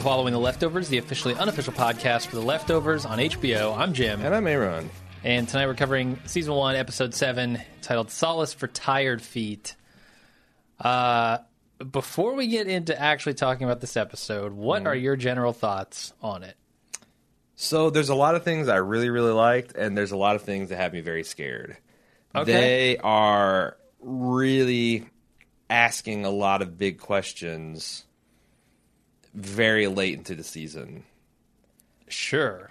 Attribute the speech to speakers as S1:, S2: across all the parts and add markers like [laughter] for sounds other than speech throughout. S1: following The Leftovers, the officially unofficial podcast for The Leftovers on HBO. I'm Jim.
S2: And I'm Aaron.
S1: And tonight we're covering season one, episode seven, titled Solace for Tired Feet. Uh, before we get into actually talking about this episode, what
S2: Mm-hmm.
S1: are your general thoughts on it?
S2: So there's a lot of things I really, really liked, and there's a lot of things that have me very scared.
S1: Okay.
S2: They are really asking a lot of big questions very late into the season.
S1: Sure.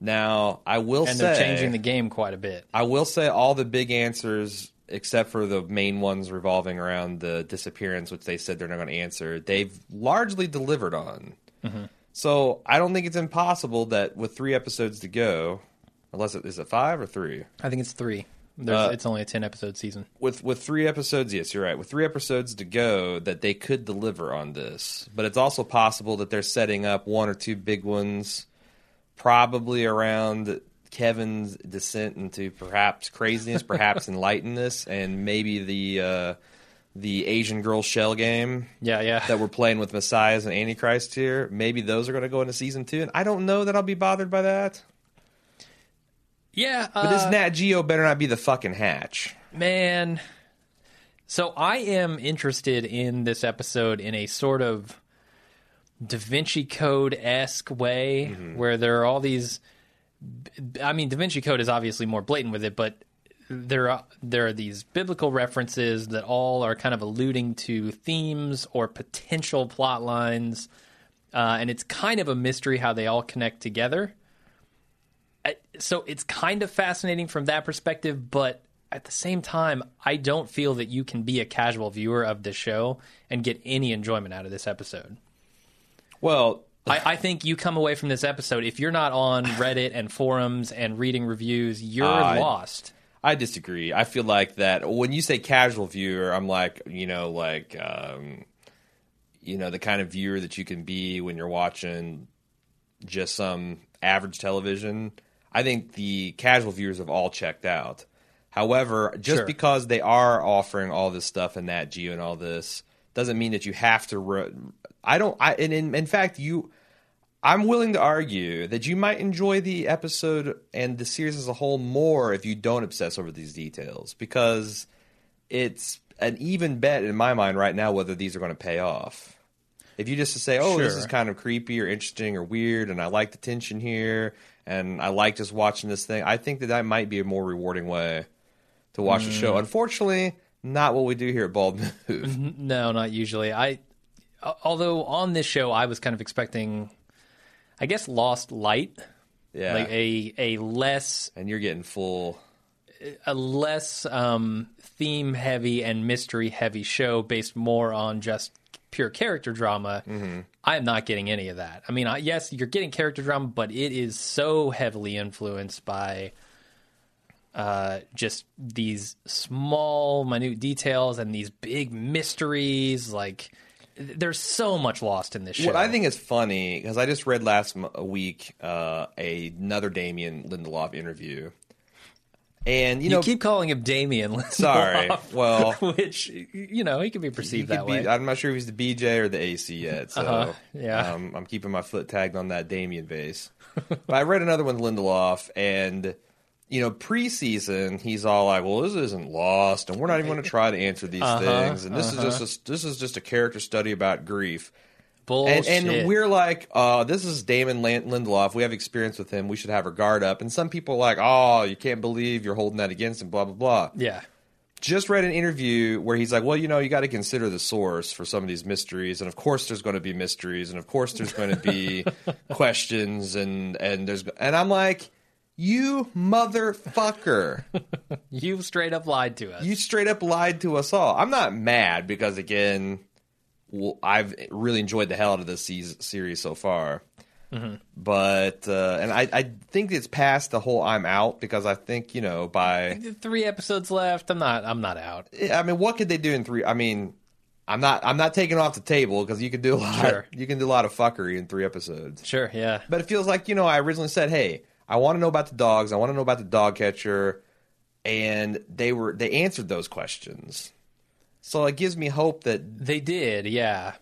S2: Now, I will
S1: And
S2: say
S1: they're changing the game quite a bit.
S2: I will say all the big answers, except for the main ones revolving around the disappearance, which they said they're not going to answer, they've largely delivered on. So I don't think it's impossible that with three episodes to go, unless it is it five or three,
S1: I think it's three. There's,
S2: Uh,
S1: it's only a 10 episode season.
S2: with with three episodes, yes, you're right. With three episodes to go, that they could deliver on this. But it's also possible that they're setting up one or two big ones, probably around Kevin's descent into perhaps craziness, perhaps enlightenedness, and maybe the uh, the Asian girl shell game
S1: Yeah, yeah.
S2: that we're playing with Messiahs and Antichrist here. Maybe those are going to go into season two, and I don't know that I'll be bothered by that.
S1: yeah.
S2: But this
S1: uh,
S2: Nat Geo better not be the fucking hatch.
S1: Man. So I am interested in this episode in a sort of Da Vinci Code esque way where there are all these. I mean, Da Vinci Code is obviously more blatant with it, but there are there are these biblical references that all are kind of alluding to themes or potential plot lines, uh, and it's kind of a mystery how they all connect together so it's kind of fascinating from that perspective, but at the same time, I don't feel that you can be a casual viewer of the show and get any enjoyment out of this episode.
S2: Well,
S1: I, I think you come away from this episode if you're not on Reddit and forums and reading reviews, you're
S2: Ah, I-
S1: lost.
S2: I disagree. I feel like that when you say casual viewer, I'm like, you know, like, um, you know, the kind of viewer that you can be when you're watching just some average television. I think the casual viewers have all checked out. However, just
S1: Sure.
S2: because they are offering all this stuff and that Geo and all this doesn't mean that you have to. Re- I don't. I and in, in fact, you. I'm willing to argue that you might enjoy the episode and the series as a whole more if you don't obsess over these details because it's an even bet in my mind right now whether these are going to pay off. If you just say, "Oh, this
S1: Sure.
S2: is kind of creepy or interesting or weird," and I like the tension here, and I like just watching this thing, I think that that might be a more rewarding way to watch the show. Unfortunately, not what we do here at Bald Move.
S1: N- No, not usually. I al- although on this show I was kind of expecting I guess lost light,
S2: Yeah,
S1: like a a less
S2: and you're getting full.
S1: a less um, theme heavy and mystery heavy show based more on just pure character drama.
S2: Mm-hmm.
S1: I am not getting any of that. I mean, I, yes, you're getting character drama, but it is so heavily influenced by uh, just these small, minute details and these big mysteries. Like, th- there's so much lost in this show.
S2: What I think is funny because I just read last m- week uh, another Damien Lindelof interview, and you,
S1: you
S2: know,
S1: keep calling him Damien.
S2: [laughs] sorry,
S1: [laughs]
S2: well,
S1: Which you know he can be perceived
S2: he
S1: that
S2: could be- uh,
S1: way.
S2: I'm not sure if he's the BJ or the AC yet. So
S1: Uh-huh, yeah.
S2: um, I'm keeping my foot tagged on that Damien
S1: [laughs]
S2: base. but I read another one, with Lindelof, and you know, preseason he's all like, "Well, this isn't lost, and we're not even going to try to answer these
S1: Uh-huh.
S2: things, and this is just a, this is just a character study about grief."
S1: Bullshit.
S2: And, and we're like, uh, this is Damon Lan- Lindelof. We have experience with him. We should have our guard up. And some people are like, oh, you can't believe you're holding that against him, blah, blah, blah
S1: yeah.
S2: just read an interview where he's like, "Well, you know, you got to consider the source for some of these mysteries, and of course, there's going to be mysteries, and of course, there's going to be questions, and and there's and I'm like, you motherfucker,
S1: You straight up lied to us.
S2: you straight up lied to us all. I'm not mad because again, well, I've really enjoyed the hell out of this seas series so far. But uh, and I, I think it's past the whole I'm out because I think you know by
S1: Three episodes left. I'm not. I'm not out.
S2: I mean, what could they do in three? I mean, I'm not I'm not taking off the table because you can do a lot.
S1: Sure.
S2: You can do a lot of fuckery in three episodes.
S1: Sure. Yeah.
S2: But it feels like you know I originally said, hey, I want to know about the dogs. I want to know about the dog catcher, and they were they answered those questions. So it gives me hope that
S1: They did. Yeah.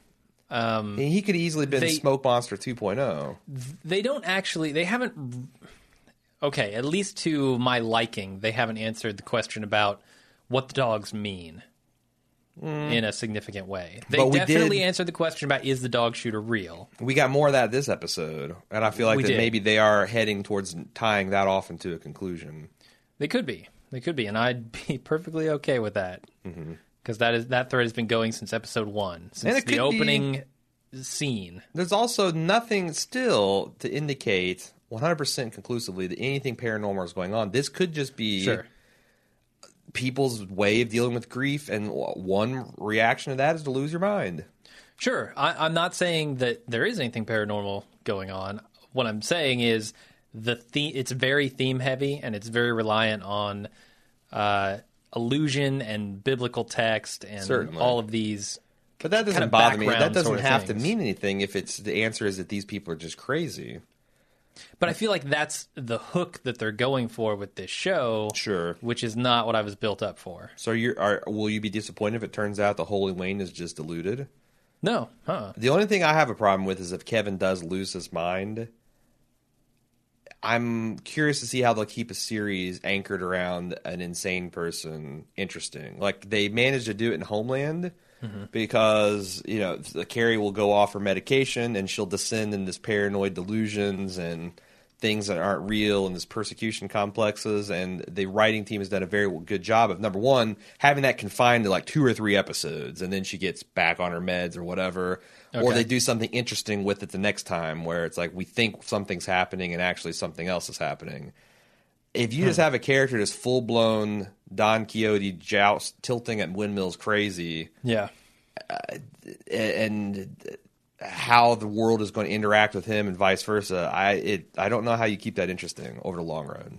S2: And he could easily been
S1: Mm-hmm. they-
S2: Smoke Monster oh. 2.0.
S1: they don't actually they haven't okay at least to my liking they haven't answered the question about what the dogs mean in a significant way they
S2: Mm. But we
S1: definitely
S2: did-
S1: answered the question about is the dog shooter real
S2: We got more of that this episode, and I feel like
S1: We
S2: that
S1: did.
S2: maybe they are heading towards tying that off into a conclusion.
S1: they could be they could be and i'd [laughs] be perfectly okay with that because that is that thread has been going since episode one
S2: Mm-hmm. And
S1: since
S2: it
S1: the
S2: could be-
S1: opening scene
S2: There's also nothing still to indicate 100% conclusively that anything paranormal is going on. This could just be
S1: sure
S2: people's way of dealing with grief, and w- one reaction to that is to lose your mind.
S1: Sure. I, I'm not saying that there is anything paranormal going on. What I'm saying is the theme, it's very theme heavy and it's very reliant on uh, illusion and biblical text and
S2: Certainly.
S1: all of these.
S2: But that doesn't
S1: of
S2: bother me. That
S1: background
S2: doesn't
S1: sort of
S2: have
S1: things.
S2: to mean anything if it's the answer is that these people are just crazy.
S1: But I feel like that's the hook that they're going for with this show.
S2: Sure.
S1: Which is not what I was built up for.
S2: So you are will you be disappointed if it turns out the Holy Lane is just deluded?
S1: No. Huh.
S2: The only thing I have a problem with is if Kevin does lose his mind. I'm curious to see how they'll keep a series anchored around an insane person interesting. Like they managed to do it in Homeland because, you know, the Carrie will go off her medication and she'll descend in this paranoid delusions and things that aren't real and this persecution complexes and the writing team has done a very good job of number one having that confined to like two or three episodes and then she gets back on her meds or whatever or
S1: Okay.
S2: they do something interesting with it the next time where it's like we think something's happening and actually something else is happening if you just have a character that's full-blown don quixote joust tilting at windmills crazy
S1: Yeah.
S2: and how the world is going to interact with him and vice versa. I it I don't know how you keep that interesting over the long run.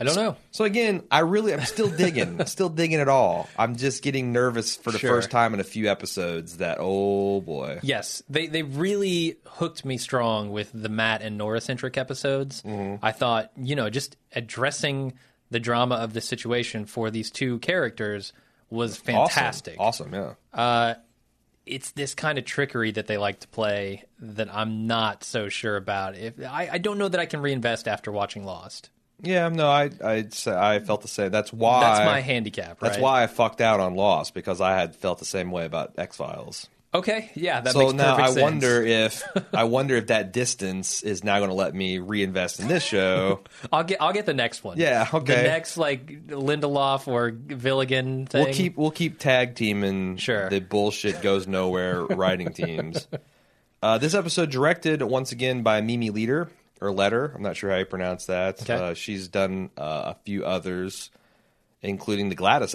S1: I don't know.
S2: So again, I really I'm still
S1: [laughs]
S2: digging, still digging it all. I'm just getting nervous for the
S1: Sure.
S2: first time in a few episodes that oh boy.
S1: Yes, they they really hooked me strong with the Matt and Nora centric episodes.
S2: Mm-hmm.
S1: I thought, you know, just addressing the drama of the situation for these two characters was
S2: Awesome.
S1: fantastic.
S2: Awesome, yeah.
S1: It's this kind of trickery that they like to play that I'm not so sure about. If I, I don't know that I can reinvest after watching Lost.
S2: yeah, no, I I'd say I felt the same. That's why
S1: That's my handicap.
S2: That's
S1: right?
S2: why I fucked out on Lost because I had felt the same way about X Files.
S1: Okay, yeah, that
S2: so
S1: makes
S2: now
S1: perfect
S2: I
S1: sense.
S2: wonder
S1: [laughs]
S2: if I wonder if that distance is now going to let me reinvest in this show.
S1: I'll get I'll get the next one.
S2: Yeah, okay.
S1: The next like Lindelof or Villigan thing.
S2: We'll keep we'll keep tag teaming
S1: Sure.
S2: the bullshit goes nowhere
S1: [laughs]
S2: writing teams. Uh, this episode directed once again by Mimi Leader or Letter. I'm not sure how you pronounce that.
S1: Okay.
S2: Uh, she's done uh, a few others, including the Gladys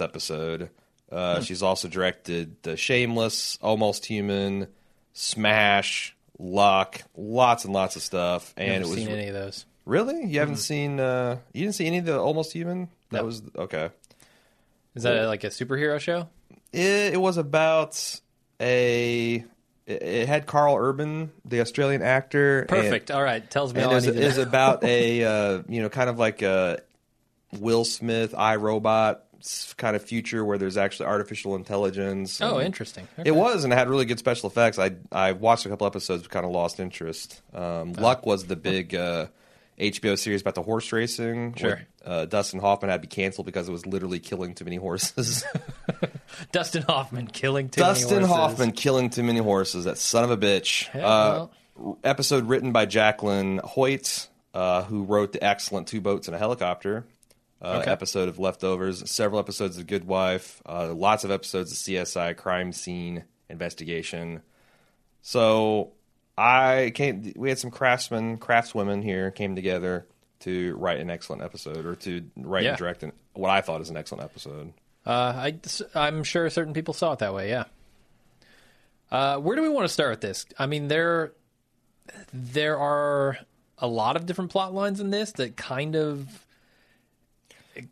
S1: Hmm.
S2: episode. Uh, She's also directed the Shameless, Almost Human, Smash, Luck, lots and lots of stuff. And
S1: Never
S2: it was
S1: seen any of those.
S2: really you haven't seen uh, you didn't see any of the Almost Human. That
S1: No.
S2: was okay.
S1: Is that like a superhero show?
S2: It, it was about a. It, it had Carl Urban, the Australian actor. and-
S1: Perfect. All right, tells me
S2: And,
S1: all I
S2: is
S1: need to know. [laughs]
S2: about a uh, you know kind of like a Will Smith, iRobot s- kind of future where there's actually artificial intelligence.
S1: Oh,
S2: and-
S1: interesting. Okay.
S2: it was, and it had really good special effects. I I watched a couple episodes, but kind of lost interest. Um,
S1: Oh.
S2: Luck was the big uh, HBO series about the horse racing.
S1: Sure.
S2: where, uh, Dustin Hoffman had to be canceled because it was literally killing too many horses.
S1: [laughs]
S2: [laughs]
S1: Dustin Hoffman killing too many
S2: Dustin
S1: horses.
S2: Hoffman killing too many horses. That son of a bitch.
S1: Yeah,
S2: uh, Episode written by Jacqueline Hoyt, uh, who wrote the excellent Two Boats and a Helicopter uh,
S1: Okay.
S2: episode of Leftovers, several episodes of Good Wife, uh, lots of episodes of CSI Crime Scene Investigation. So I came. We had some craftsmen, craftswomen here came together to write an excellent episode, or to write
S1: Yeah.
S2: and direct an, what I thought is an excellent episode.
S1: Uh, I, am sure certain people saw it that way. Yeah. Uh, where do we want to start with this? I mean, there, there are a lot of different plot lines in this that kind of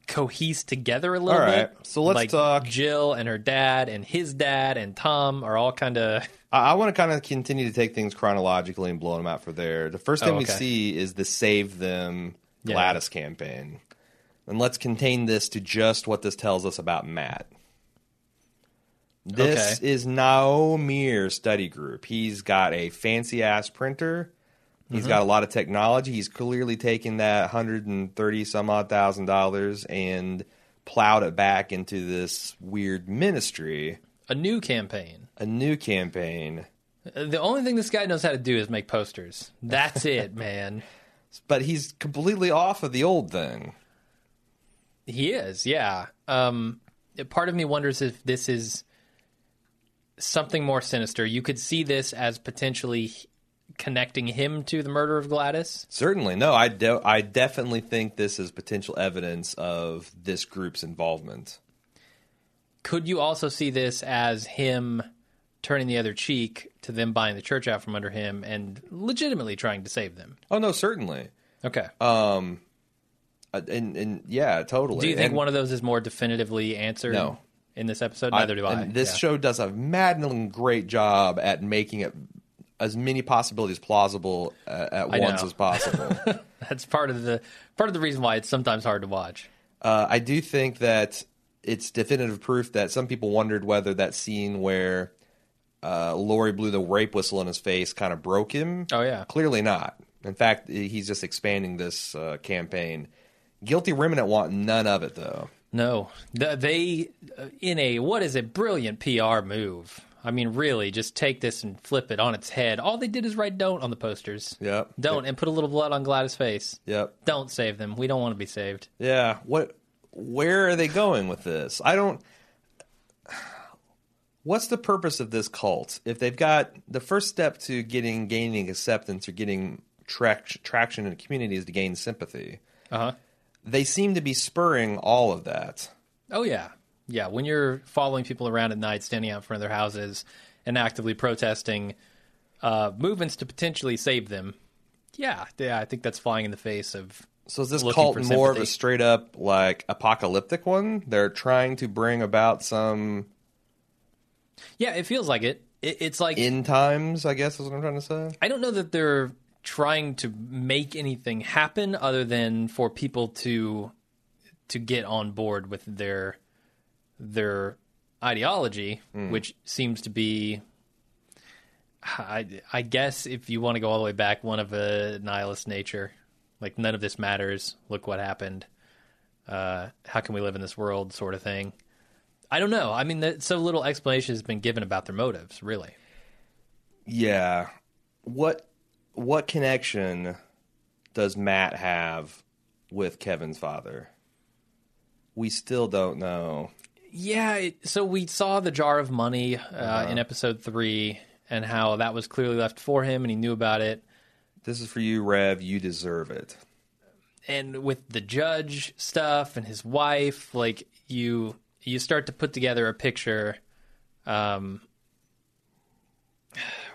S1: cohese together a little
S2: All right,
S1: bit.
S2: so let's
S1: Like,
S2: talk-
S1: Jill and her dad, and his dad, and Tom are all kind of
S2: I, I want to kind of continue to take things chronologically and blow them out for there. The first thing
S1: Oh,
S2: we
S1: okay.
S2: see is the Save Them
S1: Yeah.
S2: Gladys campaign. And let's contain this to just what this tells us about Matt. This is no mere study group. He's got a fancy ass printer. He's
S1: Mm-hmm.
S2: got a lot of technology. He's clearly taken that hundred and thirty some odd thousand dollars and plowed it back into this weird ministry,
S1: [laughs] A new campaign.
S2: a new campaign.
S1: Uh, The only thing this guy knows how to do is make posters. That's
S2: [laughs]
S1: it, man.
S2: But he's completely off of the old thing.
S1: He is, yeah. Um, part of me wonders if this is something more sinister. You could see this as potentially h- connecting him to the murder of Gladys.
S2: Certainly, no. I de- I definitely think this is potential evidence of this group's involvement.
S1: Could you also see this as him turning the other cheek to them buying the church out from under him and legitimately trying to save them?
S2: Oh no, certainly.
S1: Okay.
S2: Oh, Uh, and and yeah, totally.
S1: do you think
S2: And-
S1: one of those is more definitively answered
S2: No.
S1: in this episode? Neither do I.
S2: And this
S1: Yeah.
S2: show does a maddening great job at making it as many possibilities plausible uh, at
S1: I
S2: once
S1: know. [laughs]
S2: as possible.
S1: That's part of the part of the reason why it's sometimes hard to watch.
S2: uh, I do think that it's definitive proof that some people wondered whether that scene where uh, Lori blew the rape whistle in his face kind of broke him.
S1: Oh, yeah.
S2: Uh, clearly not. In fact, he's just expanding this uh, campaign. Guilty Remnant want none of it though.
S1: No, Th- they uh, in a what is a brilliant PR move. I mean, really, just take this and flip it on its head. All they did is write "don't" on the posters.
S2: Yep.
S1: Don't and put a little blood on Gladys' face.
S2: Yep.
S1: Don't save them. We don't want to be saved.
S2: Yeah. What? Where are they going with this? I don't. What's the purpose of this cult? If they've got the first step to getting gaining acceptance or getting tract- traction in a community is to gain sympathy.
S1: Uh huh.
S2: They seem to be spurring all of that.
S1: Oh yeah, yeah. When you're following people around at night, standing out in front of their houses and actively protesting uh, movements to potentially save them. Yeah, yeah. I think that's flying in the face of
S2: So is this
S1: Looking
S2: cult
S1: for
S2: more of
S1: sympathy.
S2: a straight up like apocalyptic one? They're trying to bring about some
S1: yeah. It feels like it. it it's like
S2: end times. I guess is what I'm trying to say.
S1: I don't know that they're trying to make anything happen other than for people to to get on board with their their ideology, which seems to be I, I guess if you want to go all the way back, one of a nihilist nature, like none of this matters. Look what happened. Uh, how can we live in this world, sort of thing. I don't know. I mean, that, so little explanation has been given about their motives, really.
S2: Yeah. What what connection does Matt have with Kevin's father? We still don't know.
S1: Yeah, it, so we saw the jar of money uh, in episode three, and how that was clearly left for him, and he knew about it.
S2: This is for you, Rev. You deserve it.
S1: And with the judge stuff and his wife, like you, you start to put together a picture, um,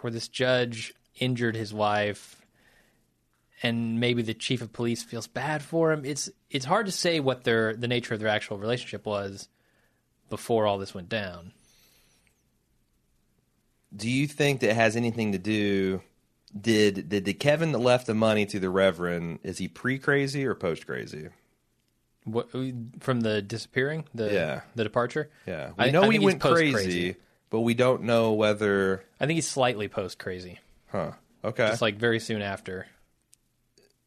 S1: where this judge injured his wife, and maybe the chief of police feels bad for him. It's it's hard to say what their the nature of their actual relationship was before all this went down.
S2: Do you think that has anything to do? Did did the Kevin that left the money to the Reverend? Is he pre crazy or post crazy?
S1: What from the disappearing? The
S2: Yeah.
S1: the departure.
S2: Yeah, we
S1: I
S2: know
S1: I
S2: he
S1: think he's
S2: went crazy,
S1: post-crazy.
S2: but we don't know whether.
S1: I think he's slightly post crazy.
S2: Huh. Okay.
S1: It's like very soon after.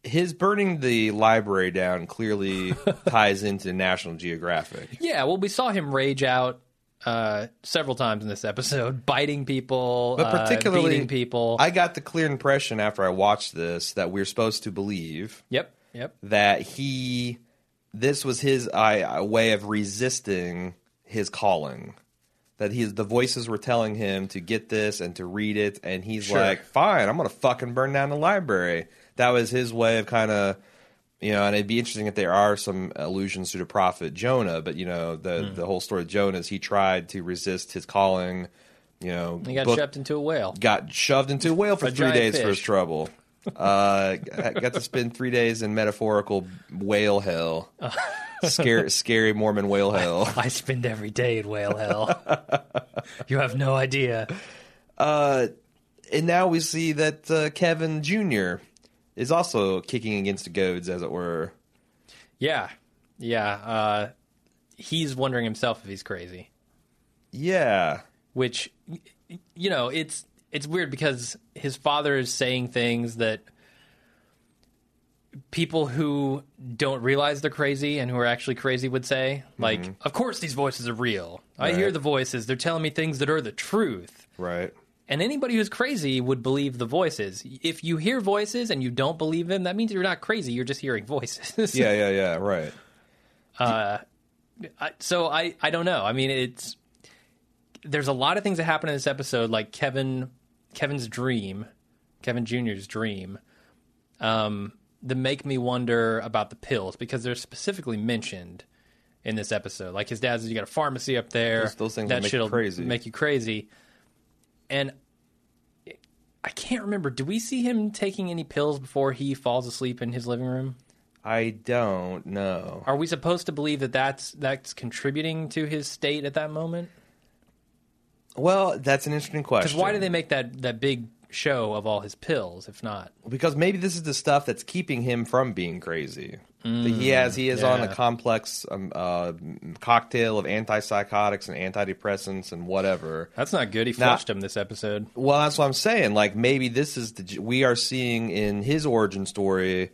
S2: His burning the library down
S1: [laughs]
S2: clearly ties into National Geographic.
S1: Yeah, well, we saw him rage out uh, several times in this episode, [laughs] biting people,
S2: But
S1: uh,
S2: particularly-
S1: beating people.
S2: I got the clear impression after I watched this that we're supposed to believe
S1: yep, yep.
S2: that he, this was his I, I- way of resisting his calling. That he's the voices were telling him to get this and to read it, and he's
S1: Sure.
S2: like, "Fine, I'm gonna fucking burn down the library." That was his way of kind of, you know. And it'd be interesting if there are some allusions to the prophet Jonah, but you know, the
S1: Hmm.
S2: the whole story of Jonah is he tried to resist his calling. You know,
S1: He got
S2: book-
S1: shoved into a
S2: [laughs]
S1: whale.
S2: got shoved into a whale for
S1: A
S2: three
S1: giant
S2: days for his
S1: fish.
S2: trouble.
S1: [laughs]
S2: Uh, got to spend three days in metaphorical
S1: [laughs]
S2: whale hell, scary, scary Mormon whale hell.
S1: I spend every day in whale hell.
S2: [laughs]
S1: you have no idea.
S2: Uh, and now we see that uh, Kevin Jr. is also kicking against the goads, as it were.
S1: Yeah, yeah. Uh, he's wondering himself if he's crazy.
S2: Yeah,
S1: which y- y- you know it's it's weird because his father is saying things that people who don't realize they're crazy and who are actually crazy would say like of course these voices are real i hear
S2: Right.
S1: the voices they're telling me things that are the truth
S2: Right.
S1: and anybody who's crazy would believe the voices if you hear voices and you don't believe them that means you're not crazy you're just hearing voices [laughs]
S2: Yeah, yeah, yeah. Right.
S1: I, so I, I don't know. I mean, it's there's a lot of things that happen in this episode, like Kevin Kevin's dream, Kevin Junior's dream, um, that make me wonder about the pills because they're specifically mentioned in this episode. Like his dad says, "You got a pharmacy up there.
S2: Those- those things will
S1: that
S2: make you
S1: shit'll
S2: crazy."
S1: make you crazy." And I can't remember. Do we see him taking any pills before he falls asleep in his living room?
S2: I don't know.
S1: Are we supposed to believe that that's that's contributing to his state at that moment?
S2: Well, that's an interesting
S1: Because
S2: question.
S1: why do they make that that big show of all his pills if not?
S2: Because maybe this is the stuff that's keeping him from being crazy. that he has he is on
S1: yeah.
S2: a complex um, uh, cocktail of antipsychotics and antidepressants and whatever.
S1: That's not good. He flushed him this episode.
S2: Well, that's what I'm saying. Like maybe this is the we are seeing in his origin story,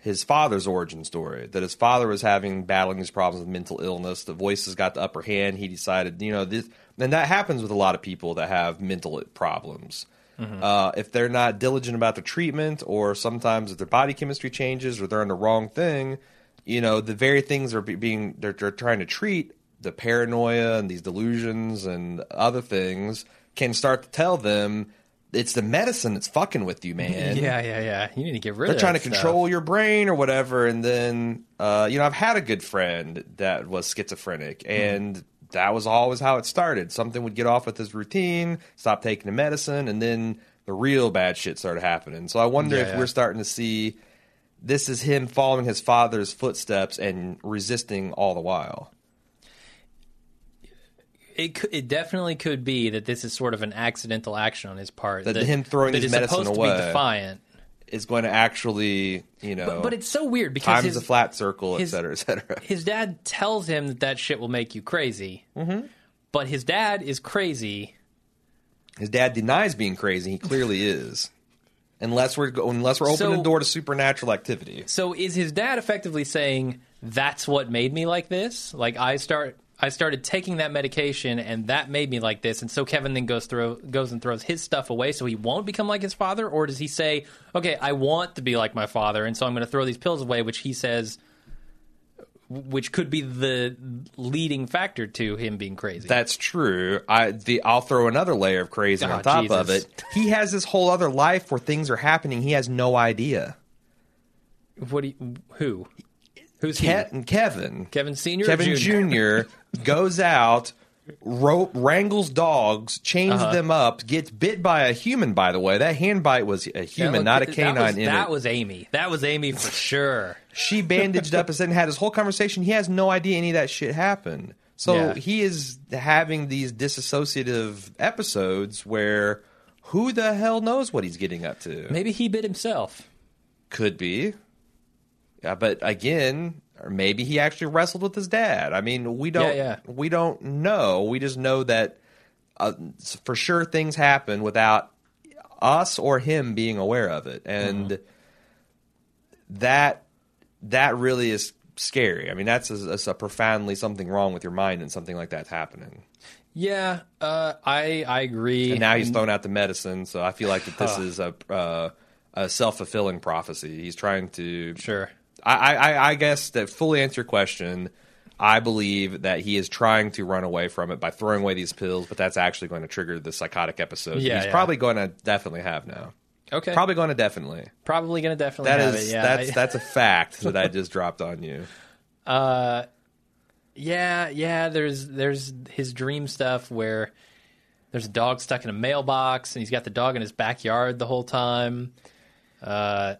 S2: his father's origin story. That his father was having battling these problems with mental illness. The voices got the upper hand. He decided, you know, this, and that happens with a lot of people that have mental problems. Uh, if they're not diligent about the treatment, or sometimes if their body chemistry changes, or they're on the wrong thing, you know, the very things they're be- being they're, they're trying to treat the paranoia and these delusions and other things can start to tell them it's the medicine that's fucking with you, man.
S1: yeah, yeah, yeah. You need to get rid
S2: They're
S1: of.
S2: trying to
S1: that stuff.
S2: control your brain or whatever. And then, uh, you know, I've had a good friend that was schizophrenic,
S1: Hmm.
S2: and that was always how it started. Something would get off with his routine, stop taking the medicine, and then the real bad shit started happening. So I wonder
S1: Yeah,
S2: if
S1: yeah.
S2: we're starting to see this is him following his father's footsteps and resisting all the while.
S1: It cou- it definitely could be that this is sort of an accidental action on his part.
S2: That him throwing
S1: that
S2: his
S1: is
S2: medicine
S1: supposed to
S2: away.
S1: be defiant.
S2: Is going to actually, you know,
S1: But it's so weird because
S2: times
S1: his,
S2: a flat circle, et
S1: his-
S2: cetera, et cetera.
S1: his dad tells him that that shit will make you crazy.
S2: Mm-hmm.
S1: But his dad is crazy.
S2: His dad denies being crazy. He clearly is, unless we're go- unless we're opening
S1: So-
S2: the door to supernatural activity.
S1: So is his dad effectively saying that's what made me like this? Like I start I started taking that medication and that made me like this. And so Kevin then goes through goes and throws his stuff away so he won't become like his father or does he say, "Okay, I want to be like my father and so I'm going to throw these pills away," which he says which could be the leading factor to him being crazy.
S2: That's true. I the I'll throw another layer of crazy
S1: Oh,
S2: on top of
S1: Jesus.
S2: it. He has this whole other life where things are happening. He has no idea.
S1: what do you, who? Who's he?
S2: Ke- Kevin,
S1: Kevin Senior or
S2: Kevin
S1: Junior?
S2: Jr. goes out, rope, wrangles dogs, chains
S1: Uh-huh.
S2: them up, gets bit by a human. By the way, that hand bite was a
S1: That
S2: human,
S1: looked-
S2: not a
S1: that was-
S2: canine. in it.
S1: that was Amy. That was Amy for sure.
S2: she bandaged up and said and had this whole conversation. He has no idea any of that shit happened. So
S1: Yeah.
S2: he is having these disassociative episodes where who the hell knows what he's getting up to?
S1: Maybe he bit himself.
S2: Could be. Yeah, but again, or maybe he actually wrestled with his dad. I mean, we don't
S1: yeah.
S2: we don't know. We just know that uh, s- for sure things happen without us or him being aware of it. And
S1: Mm-hmm.
S2: that that really is scary. I mean, that's a, that's a profoundly something wrong with your mind and something like that's happening.
S1: Yeah, uh, I I agree.
S2: And now he's thrown out the medicine, so I feel like that this is a uh, a self fulfilling prophecy. He's trying to
S1: sure.
S2: I, I, I guess to fully answer your question, I believe that he is trying to run away from it by throwing away these pills, but that's actually going to trigger the psychotic episode.
S1: Yeah,
S2: he's
S1: yeah.
S2: probably going to definitely have now.
S1: Okay. Probably,
S2: Probably going to definitely.
S1: gonna definitely
S2: That
S1: have
S2: is
S1: it. Yeah. [laughs]
S2: that's
S1: I-
S2: that's a fact that I just dropped on you.
S1: yeah. Yeah. There's there's his dream stuff where there's a dog stuck in a mailbox and he's got the dog in his backyard the whole time. Uh,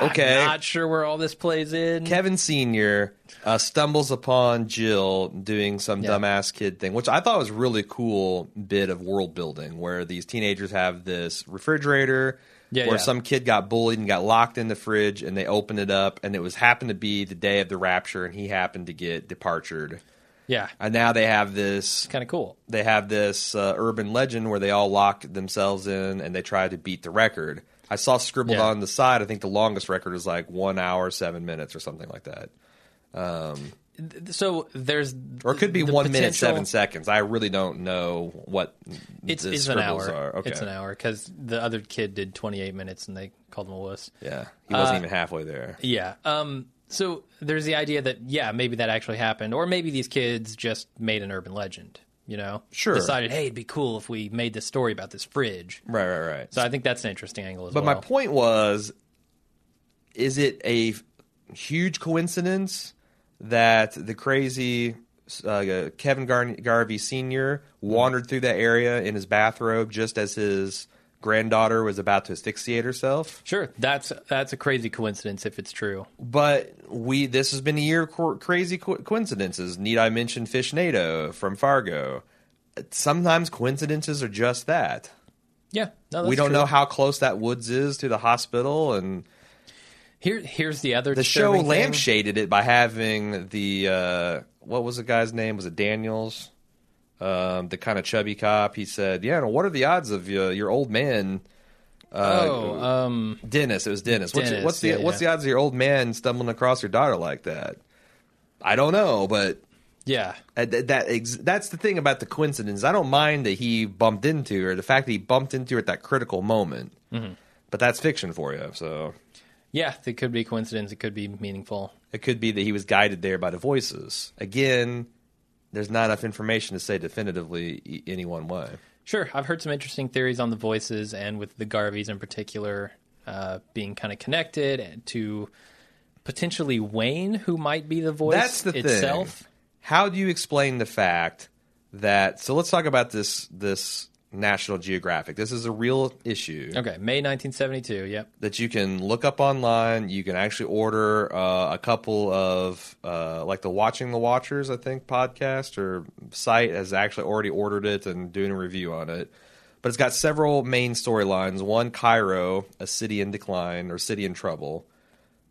S2: Okay.
S1: I'm not sure where all this plays in.
S2: Kevin Senior uh, stumbles upon Jill doing some
S1: Yeah.
S2: dumbass kid thing, which I thought was really cool bit of world building, where these teenagers have this refrigerator
S1: Yeah,
S2: where
S1: yeah.
S2: some kid got bullied and got locked in the fridge, and they opened it up, and it was happened to be the day of the rapture, and he happened to get departured.
S1: Yeah.
S2: And now they have this
S1: It's kind of cool.
S2: they have this uh, urban legend where they all lock themselves in and they try to beat the record. I saw scribbled
S1: Yeah.
S2: on the side. I think the longest record is like one hour seven minutes or something like that,
S1: So there's
S2: or it could be
S1: the
S2: one minute
S1: potential-
S2: seven seconds. I really don't know what
S1: It's,
S2: the
S1: it's an
S2: scribbles
S1: hour.
S2: Are. Okay,
S1: It's an hour because the other kid did 28 minutes and they called him a wuss.
S2: yeah, he
S1: Uh,
S2: wasn't even halfway there.
S1: Yeah. Um. So there's the idea that yeah, maybe that actually happened, or maybe these kids just made an urban legend. You know,
S2: Sure.
S1: Decided, hey, it'd be cool if we made this story about this fridge.
S2: Right, right, right.
S1: So I think that's an interesting angle as
S2: But
S1: well.
S2: my point was, is it a f- huge coincidence that the crazy uh, Kevin Gar- Garvey Sr. wandered through that area in his bathrobe just as his granddaughter was about to asphyxiate herself?
S1: sure, that's that's a crazy coincidence if it's true.
S2: But we this has been a year of co- crazy co- coincidences. Need I mention Fishnado from Fargo? Sometimes coincidences are just that.
S1: Yeah. No, that's
S2: we don't
S1: true.
S2: know how close that woods is to the hospital and
S1: Here, here's the other.
S2: The show
S1: disturbing thing.
S2: lampshaded it by having the uh, what was the guy's name? Was it Daniels? Um, the kind of chubby cop. He said, "Yeah, no, what are the odds of your, your old man?" Uh,
S1: Oh, um,
S2: Dennis. It was Dennis. What's,
S1: Dennis,
S2: what's the
S1: yeah,
S2: what's
S1: yeah.
S2: the odds of your old man stumbling across your daughter like that? I don't know, but
S1: yeah.
S2: uh, th- that ex- that's the thing about the coincidence. I don't mind that he bumped into her, the fact that he bumped into her at that critical moment.
S1: Mm-hmm.
S2: But that's fiction for you, so
S1: Yeah, it could be a coincidence. It could be meaningful.
S2: It could be that he was guided there by the voices. Again, there's not enough information to say definitively e- any one way.
S1: Sure, I've heard some interesting theories on the voices and with the Garveys in particular uh, being kind of connected to potentially Wayne, who might be the voice
S2: That's the
S1: itself.
S2: thing. How do you explain the fact that? So let's talk about this. This National Geographic. This is a real issue
S1: Okay, May 1972. Yep.
S2: that you can look up online. You can actually order uh, a couple of uh, like the Watching the Watchers, I think, podcast or site has actually already ordered it and doing a review on it. But it's got several main storylines. One, Cairo, a city in decline or city in trouble.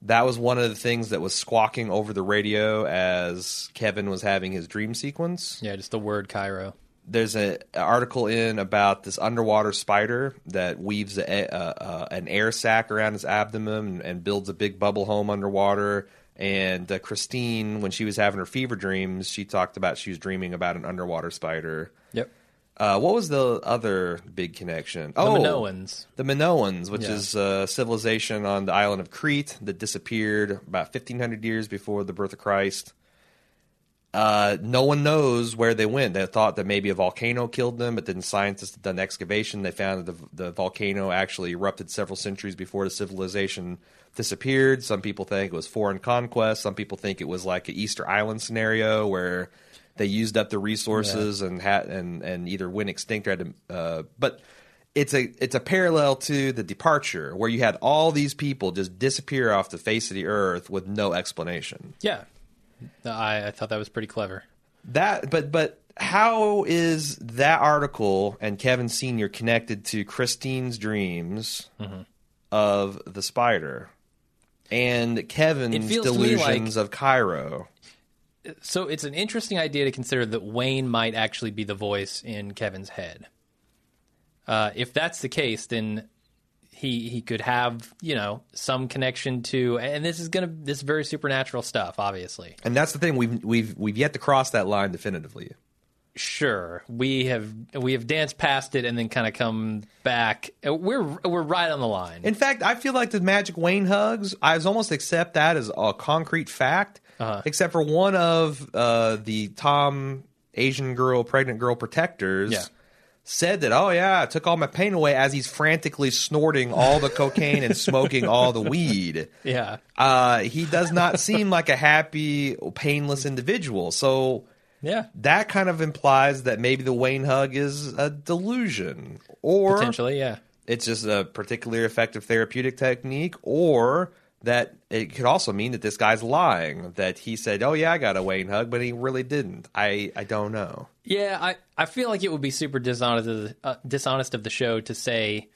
S2: That was one of the things that was squawking over the radio as Kevin was having his dream sequence
S1: Yeah, just the word Cairo.
S2: there's a, a article in about this underwater spider that weaves a, uh, uh, an air sac around his abdomen and, and builds a big bubble home underwater. And uh, Christine, when she was having her fever dreams, she talked about she was dreaming about an underwater spider.
S1: Yep.
S2: Uh, what was the other big connection?
S1: The
S2: oh,
S1: Minoans.
S2: the Minoans, which
S1: Yeah.
S2: is a civilization on the island of Crete that disappeared about 1500 years before the birth of Christ. Uh, no one knows where they went. They thought that maybe a volcano killed them, but then scientists had done excavation. They found that the, the volcano actually erupted several centuries before the civilization disappeared. Some people think it was foreign conquest. Some people think it was like an Easter Island scenario where they used up the resources and had and and either went extinct or had to. Uh, but it's a it's a parallel to the departure where you had all these people just disappear off the face of the earth with no explanation.
S1: Yeah. I, I thought that was pretty clever.
S2: That, but but how is that article and Kevin Senior connected to Christine's dreams
S1: Mm-hmm.
S2: of the spider and Kevin's
S1: feels to me
S2: delusions of Cairo?
S1: So it's an interesting idea to consider that Wayne might actually be the voice in Kevin's head. Uh, if that's the case, then he he could have you know some connection to, and this is gonna this is very supernatural stuff, obviously.
S2: And that's the thing we've we've we've yet to cross that line definitively.
S1: Sure, we have we have danced past it and then kind of come back. We're we're right on the line.
S2: In fact, I feel like the Magic Wayne hugs. I was almost accept that as a concrete fact,
S1: Uh-huh.
S2: except for one of uh, the Tom Asian girl, pregnant girl protectors.
S1: Yeah.
S2: Said that, oh yeah, I took all my pain away as he's frantically snorting all the cocaine and smoking all the weed.
S1: Yeah,
S2: Uh, he does not seem like a happy, painless individual. So
S1: yeah,
S2: that kind of implies that maybe the Wayne hug is a delusion, or
S1: potentially, yeah.
S2: it's just a particularly effective therapeutic technique, or that it could also mean that this guy's lying. That he said, "Oh yeah, I got a Wayne hug," but he really didn't. I I don't know.
S1: Yeah, I, I feel like it would be super dishonest of the, uh, dishonest of the show to say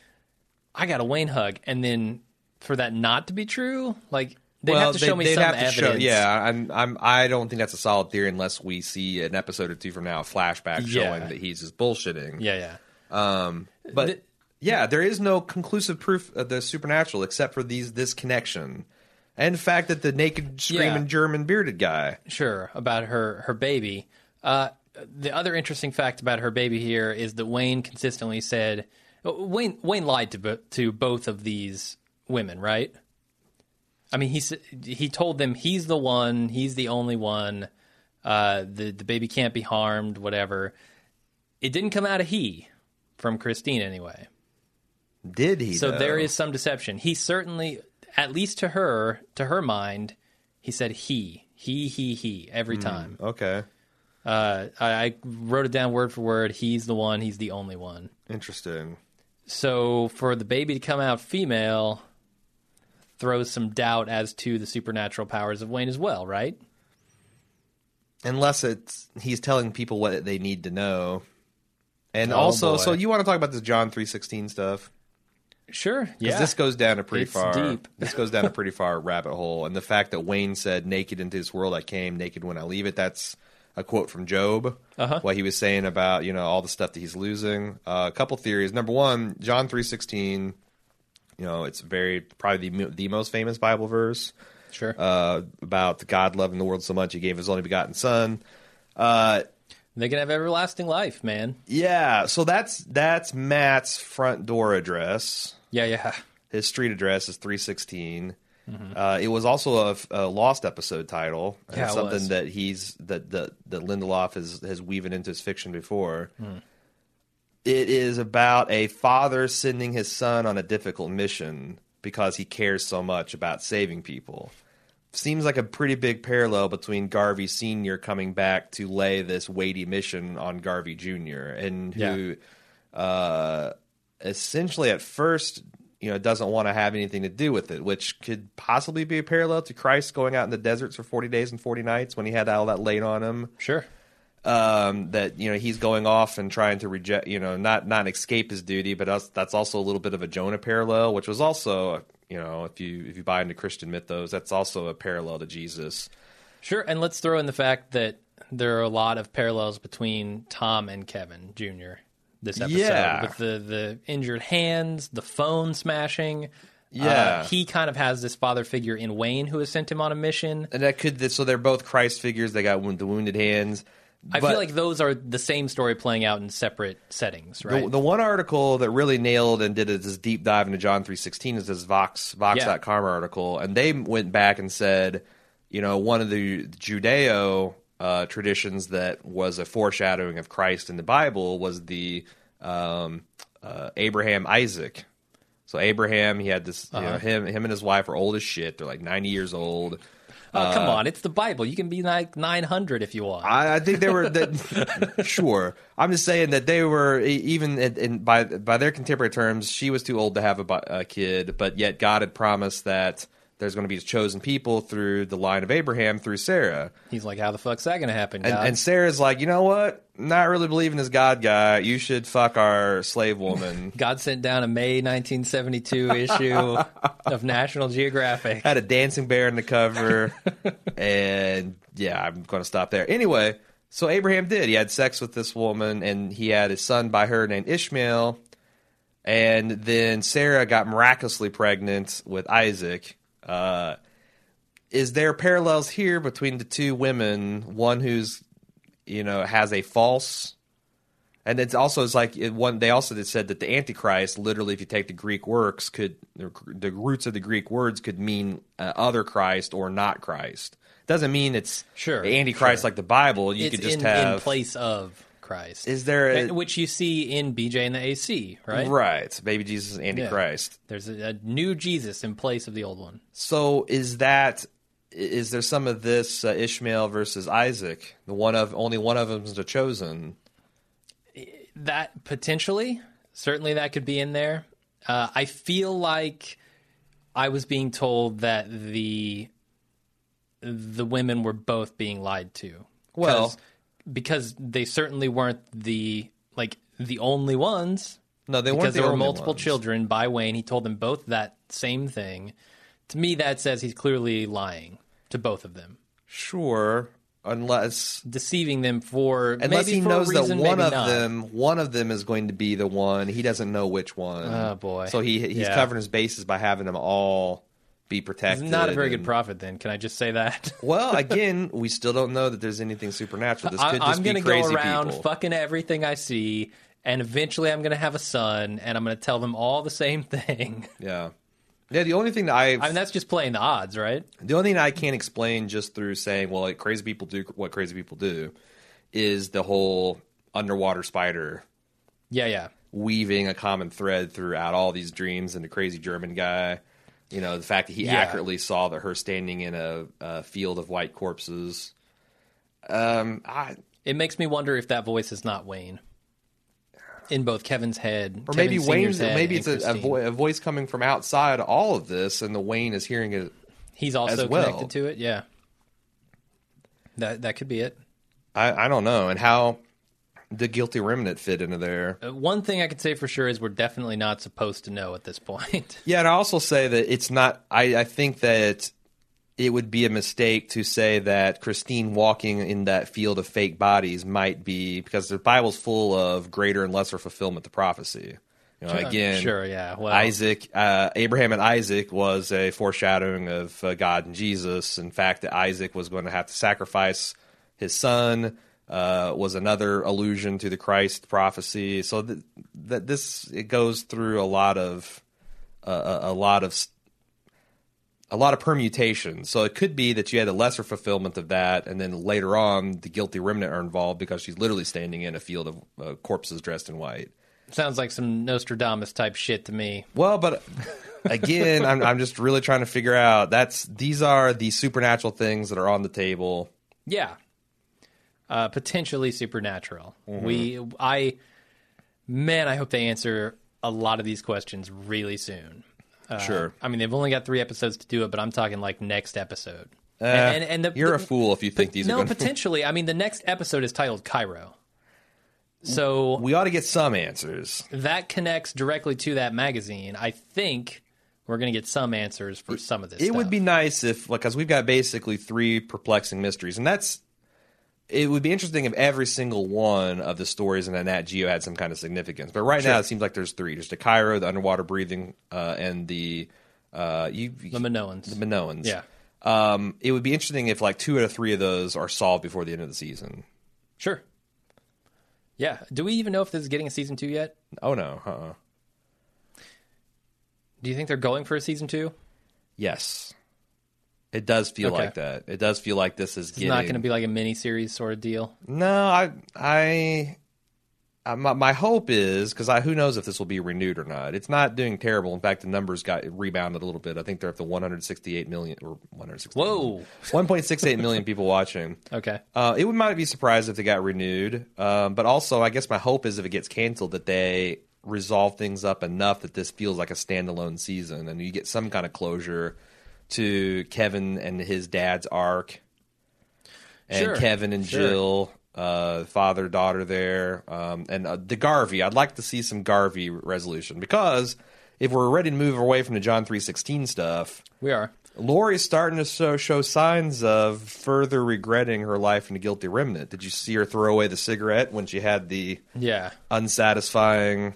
S1: I got a Wayne hug and then for that not to be true, like They'd have to show me
S2: they'd
S1: some
S2: have to
S1: evidence.
S2: show- yeah, I'm, I'm, I don't think that's a solid theory unless we see an episode or two from now, a flashback
S1: Yeah.
S2: showing that he's just bullshitting.
S1: yeah, yeah.
S2: But
S1: Th-
S2: yeah, there is no conclusive proof of the supernatural except for these this connection and the fact that the naked, screaming
S1: Yeah.
S2: German bearded guy.
S1: sure about her her baby. Uh, the other interesting fact about her baby here is that Wayne consistently said uh, Wayne Wayne lied to bo- to both of these women, right? I mean, he s- he told them he's the one, he's the only one. Uh, the the baby can't be harmed, whatever. It didn't come out of he from Christine anyway.
S2: Did he?
S1: So
S2: though?
S1: there is some deception. He certainly, at least to her, to her mind, he said he, he, he, he every time.
S2: Okay.
S1: Uh, I, I wrote it down word for word. He's the one. He's the only one.
S2: Interesting.
S1: So for the baby to come out female throws some doubt as to the supernatural powers of Wayne as well, right?
S2: unless it's he's telling people what they need to know. And
S1: Oh,
S2: also,
S1: boy.
S2: so you want to talk about this John three sixteen stuff?
S1: Sure.
S2: Because
S1: Yeah.
S2: this goes down a pretty
S1: It's
S2: far.
S1: deep.
S2: This goes down a pretty far rabbit hole. And the fact that Wayne said, "Naked into this world I came, naked when I leave it," that's a quote from Job.
S1: Uh-huh.
S2: What he was saying about you know all the stuff that he's losing. Uh, a couple theories. Number one, John three sixteen. You know, it's very probably the, the most famous Bible verse
S1: sure.
S2: uh, about God loving the world so much he gave his only begotten Son. Uh,
S1: they can have everlasting life, man.
S2: Yeah, so that's that's Matt's front door address.
S1: Yeah, yeah.
S2: His street address is three Uh, it was also a, a lost episode title, and
S1: Mm-hmm. Yeah,
S2: it's
S1: it
S2: something
S1: was.
S2: that he's that that that Lindelof has has weaving into his fiction
S1: Mm-hmm.
S2: before. It is about a father sending his son on a difficult mission because he cares so much about saving people. Seems like a pretty big parallel between Garvey Senior coming back to lay this weighty mission on Garvey Junior, and who uh, essentially at first you know doesn't want to have anything to do with it which could possibly be a parallel to christ going out in the deserts for 40 days and 40 nights when he had all that laid on him
S1: Sure.
S2: um, that you know he's going off and trying to reject you know not not escape his duty but that's, that's also a little bit of a jonah parallel which was also you know if you if you buy into christian mythos that's also a parallel to jesus
S1: Sure. And let's throw in the fact that there are a lot of parallels between Tom and Kevin Jr. this episode
S2: Yeah.
S1: with the, the injured hands, the phone smashing.
S2: Yeah.
S1: Uh, he kind of has this father figure in Wayne who has sent him on a mission.
S2: and that could so they're both christ figures they got wound, the wounded hands
S1: I
S2: But-
S1: feel like those are the same story playing out in separate settings, right?
S2: The, the one article that really nailed and did this deep dive into John 316 is this Vox Vox.com article and they went back and said, you know, one of the Judeo uh, traditions that was a foreshadowing of Christ in the Bible was the um, uh, Abraham Isaac. So Abraham, he had this, you know, him him and his wife are old as shit. They're like 90 years old.
S1: oh, come on. It's the Bible. You can be like 900 if you want.
S2: uh, I, I think they were that, sure. I'm just saying that they were e- even in, in, by by their contemporary terms, she was too old to have a, bu- a kid, but yet God had promised that there's going to be His chosen people through the line of Abraham through Sarah,
S1: He's like, how the fuck's that going to happen,
S2: and,
S1: God?
S2: and Sarah's like, you know what? Not really believing this God guy. You should fuck our slave woman.
S1: God sent down a May 1972
S2: [laughs]
S1: issue of National Geographic.
S2: had a dancing bear in the cover, and yeah, I'm going to stop there. Anyway, so Abraham did. He had sex with this woman, and he had a son by her named Ishmael. And then Sarah got miraculously pregnant with Isaac. Uh, is there parallels here between the two women? One who's, you know, has a false and it's also it's like it one. They also just said that the Antichrist, literally, if you take the Greek works, could the the roots of the Greek words could mean uh, other Christ or not Christ. Doesn't mean it's
S1: Sure,
S2: the Antichrist like the Bible. You
S1: it's
S2: could just
S1: in,
S2: have
S1: in place of Christ.
S2: Is there a,
S1: That- which you see in BJ and the AC, right?
S2: right? Baby Jesus is Antichrist.
S1: There's a, a new Jesus in place of the old one.
S2: So is that is there some of this uh, Ishmael versus Isaac? The one of only one of them's the chosen.
S1: That potentially, certainly that could be in there. Uh, I feel like I was being told that the the women were both being lied to.
S2: Well-
S1: 'Cause- because they certainly weren't the like the only ones.
S2: No, they
S1: because
S2: weren't the
S1: there were
S2: only
S1: multiple
S2: ones.
S1: children by Wayne. He told them both that same thing. To me, that says he's clearly lying to both of them,
S2: Sure, unless
S1: deceiving them for
S2: unless
S1: maybe
S2: he
S1: for
S2: knows
S1: a
S2: that
S1: reason,
S2: one
S1: maybe
S2: of
S1: not.
S2: them one of them is going to be the one he doesn't know which one.
S1: Oh, boy.
S2: So he he's
S1: Yeah.
S2: covering his bases by having them all be
S1: He's
S2: protected.
S1: not a very good
S2: and-
S1: prophet. Then can I just say
S2: [laughs]
S1: that?
S2: well, again, we still don't know that there's anything supernatural. This
S1: I-
S2: could just
S1: I'm
S2: be
S1: gonna
S2: crazy
S1: go around
S2: people.
S1: fucking everything I see, and eventually I'm gonna have a son, and I'm gonna tell them all the same [laughs] thing.
S2: yeah. Yeah, the only thing that I
S1: I mean, that's just playing the odds, right?
S2: The only thing I can't explain just through saying, well, like, crazy people do what crazy people do is the whole underwater spider
S1: Yeah, yeah.
S2: weaving a common thread throughout all these dreams and the crazy German guy. You know, the fact that he
S1: Yeah.
S2: accurately saw that her standing in a, a field of white corpses. Um, I,
S1: It makes me wonder if that voice is not Wayne in both Kevin's head,
S2: or
S1: Kevin
S2: maybe
S1: Senior's
S2: Wayne's,
S1: head
S2: maybe
S1: and
S2: it's a, a,
S1: Christine.
S2: vo- a voice coming from outside all of this, and the Wayne is hearing it.
S1: He's also
S2: as well.
S1: connected to it. Yeah, that that could be it.
S2: I, I don't know. And how the guilty remnant fit into there.
S1: Uh, One thing I could say for sure is we're definitely not supposed to know at this [laughs] point.
S2: Yeah, and I also say that it's not. I, I think that it would be a mistake to say that Christine walking in that field of fake bodies might be because the Bible's full of greater and lesser fulfillment of prophecy. You know, again,
S1: sure, yeah. Well,
S2: Isaac, uh, Abraham, and Isaac was a foreshadowing of uh, God and Jesus. In fact, that Isaac was going to have to sacrifice his son uh, was another allusion to the Christ prophecy. So th- that this it goes through a lot of uh, a, a lot of s- a lot of permutations. So it could be that you had a lesser fulfillment of that, and then later on, the guilty remnant are involved because she's literally standing in a field of uh, corpses dressed in white.
S1: sounds like some Nostradamus type shit to me.
S2: Well, but again, I'm I'm just really trying to figure out that's these are the supernatural things that are on the table.
S1: Yeah. Uh, potentially supernatural.
S2: Mm-hmm.
S1: We, I, man, I hope they answer a lot of these questions really soon. Uh,
S2: sure.
S1: I mean, they've only got three episodes to do it, but I'm talking like next episode. and, and, and the,
S2: Uh, You're a
S1: the-
S2: fool if you think these
S1: No,
S2: are going to [laughs]
S1: potentially. I mean, the next episode is titled Cairo. So
S2: We ought to get some answers.
S1: that connects directly to that magazine. I think we're going to get some answers for some of this.
S2: It would
S1: stuff.
S2: be nice if like cuz we've got basically 3 perplexing mysteries and that's it would be interesting if every single one of the stories in the Nat Geo had some kind of significance. But right now it seems like there's 3. There's the Cairo, the underwater breathing uh, and the uh, you,
S1: the Minoans.
S2: the Minoans.
S1: Yeah.
S2: Um, it would be interesting if like two out of three of those are solved before the end of the season.
S1: sure. Yeah. Do we even know if this is getting a season two yet?
S2: Oh no. Uh-uh.
S1: Do you think they're going for a season two?
S2: Yes. It does feel
S1: Okay.
S2: like that. It does feel like this is
S1: It's
S2: getting
S1: not going to be like a mini series sort of deal.
S2: No, I I I- my, my hope is because I who knows if this will be renewed or not. It's not doing terrible. In fact, the numbers got rebounded a little bit. I think they're up to 168 million or 168.
S1: Whoa.
S2: 1.68 million people watching.
S1: Okay.
S2: Uh, it would might be surprised if they got renewed, um, but also I guess my hope is if it gets canceled that they resolve things up enough that this feels like a standalone season and you get some kind of closure to Kevin and his dad's arc, and
S1: Sure,
S2: Kevin and
S1: sure.
S2: Jill, uh, father daughter there, um, and uh, the Garvey. I'd like to see some Garvey resolution because if we're ready to move away from the John three sixteen stuff.
S1: We are.
S2: Lori's starting to show, show signs of further regretting her life in the guilty remnant. Did you see her throw away the cigarette when she had the
S1: Yeah.
S2: unsatisfying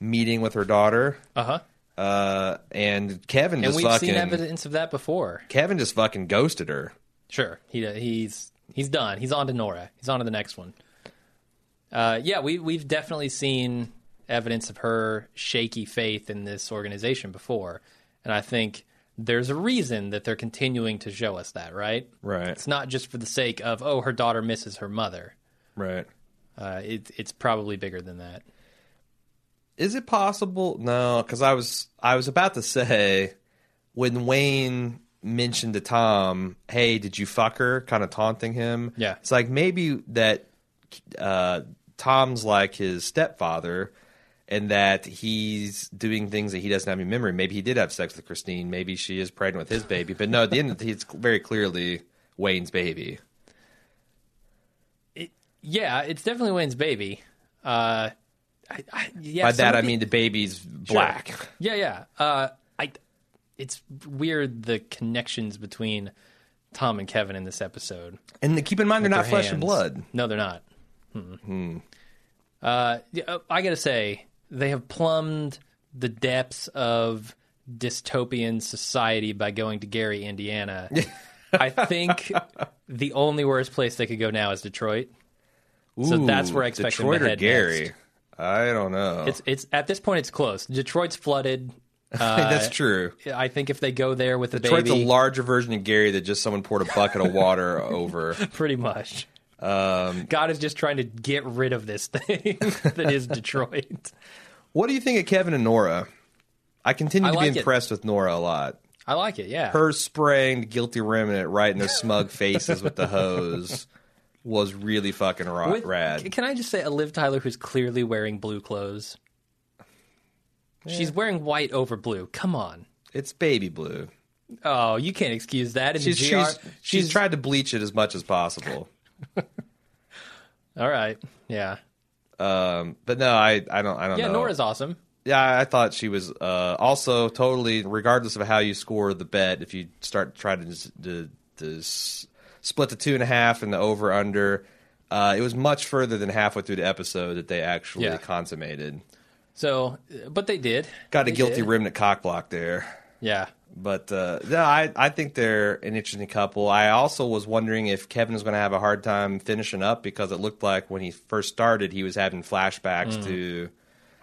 S2: meeting with her daughter?
S1: Uh huh.
S2: Uh, and Kevin
S1: And
S2: just
S1: we've
S2: fucking
S1: seen evidence of that before.
S2: Kevin just fucking ghosted her.
S1: Sure. He uh, he's he's done. He's on to Nora. He's on to the next one. Uh, yeah, we we've definitely seen evidence of her shaky faith in this organization before, and I think there's a reason that they're continuing to show us that, right?
S2: Right.
S1: It's not just for the sake of oh, her daughter misses her mother.
S2: Right.
S1: Uh, it, it's probably bigger than that.
S2: Is it possible? No, because I was I was about to say when Wayne mentioned to Tom, "Hey, did you fuck her?" kind of taunting him.
S1: Yeah.
S2: it's like maybe that uh, Tom's like his stepfather, and that he's doing things that he doesn't have any memory. Maybe he did have sex with Christine. Maybe she is pregnant with his baby. But no, at the end [laughs] of the, it's very clearly Wayne's baby.
S1: Yeah, it's definitely Wayne's baby. Uh, I, I, yeah,
S2: By
S1: some
S2: that
S1: of
S2: I
S1: the-
S2: mean the baby's black.
S1: Yeah, yeah. Uh, I it's weird the connections between Tom and Kevin in this episode.
S2: And keep in mind, they're not
S1: their
S2: flesh
S1: hands.
S2: and blood.
S1: No, they're not. Hmm. Uh, yeah, uh, I gotta say, they have plumbed the depths of dystopian society by going to Gary,
S2: [laughs]
S1: Indiana. I think the only worst place they could go now is Detroit. So that's where I expect them to
S2: Detroit or
S1: head
S2: Gary.
S1: next.
S2: I don't know.
S1: It's it's at this point it's close. Detroit's flooded.
S2: [laughs] that's true.
S1: I think if they go there with the
S2: Detroit's
S1: uh, baby,
S2: a larger version of Gary that just someone poured a bucket
S1: [laughs]
S2: of water over.
S1: pretty much.
S2: Um,
S1: God is just trying to get rid of this thing [laughs] that is Detroit.
S2: What do you think of Kevin and Nora? I continue
S1: I
S2: to
S1: like it.
S2: be impressed with Nora a lot.
S1: I like it. Yeah,
S2: Her spraying the guilty remnant right in
S1: [laughs]
S2: their smug faces with the hose was really fucking ra-
S1: With-
S2: rad.
S1: Can I just say a Liv Tyler who's clearly wearing blue clothes? She's wearing white over blue. Come on.
S2: It's baby blue.
S1: Oh, you can't excuse that. In
S2: She's,
S1: the GR.
S2: she's, she's tried to bleach it as much as possible.
S1: All right. Yeah.
S2: Um, but no, I, I don't I don't
S1: Yeah.
S2: know.
S1: Nora's awesome.
S2: yeah, I thought she was uh, also totally, regardless of how you score the bet, if you start to try to, to, to s- split the two and a half and the over under, uh, it was much further than halfway through the episode that they actually
S1: Yeah.
S2: consummated.
S1: So, uh, but they did.
S2: Got a
S1: They
S2: guilty
S1: did.
S2: remnant cock block there.
S1: Yeah.
S2: But uh, no, I, I think they're an interesting couple. I also was wondering if Kevin was going to have a hard time finishing up because it looked like when he first started, he was having flashbacks to.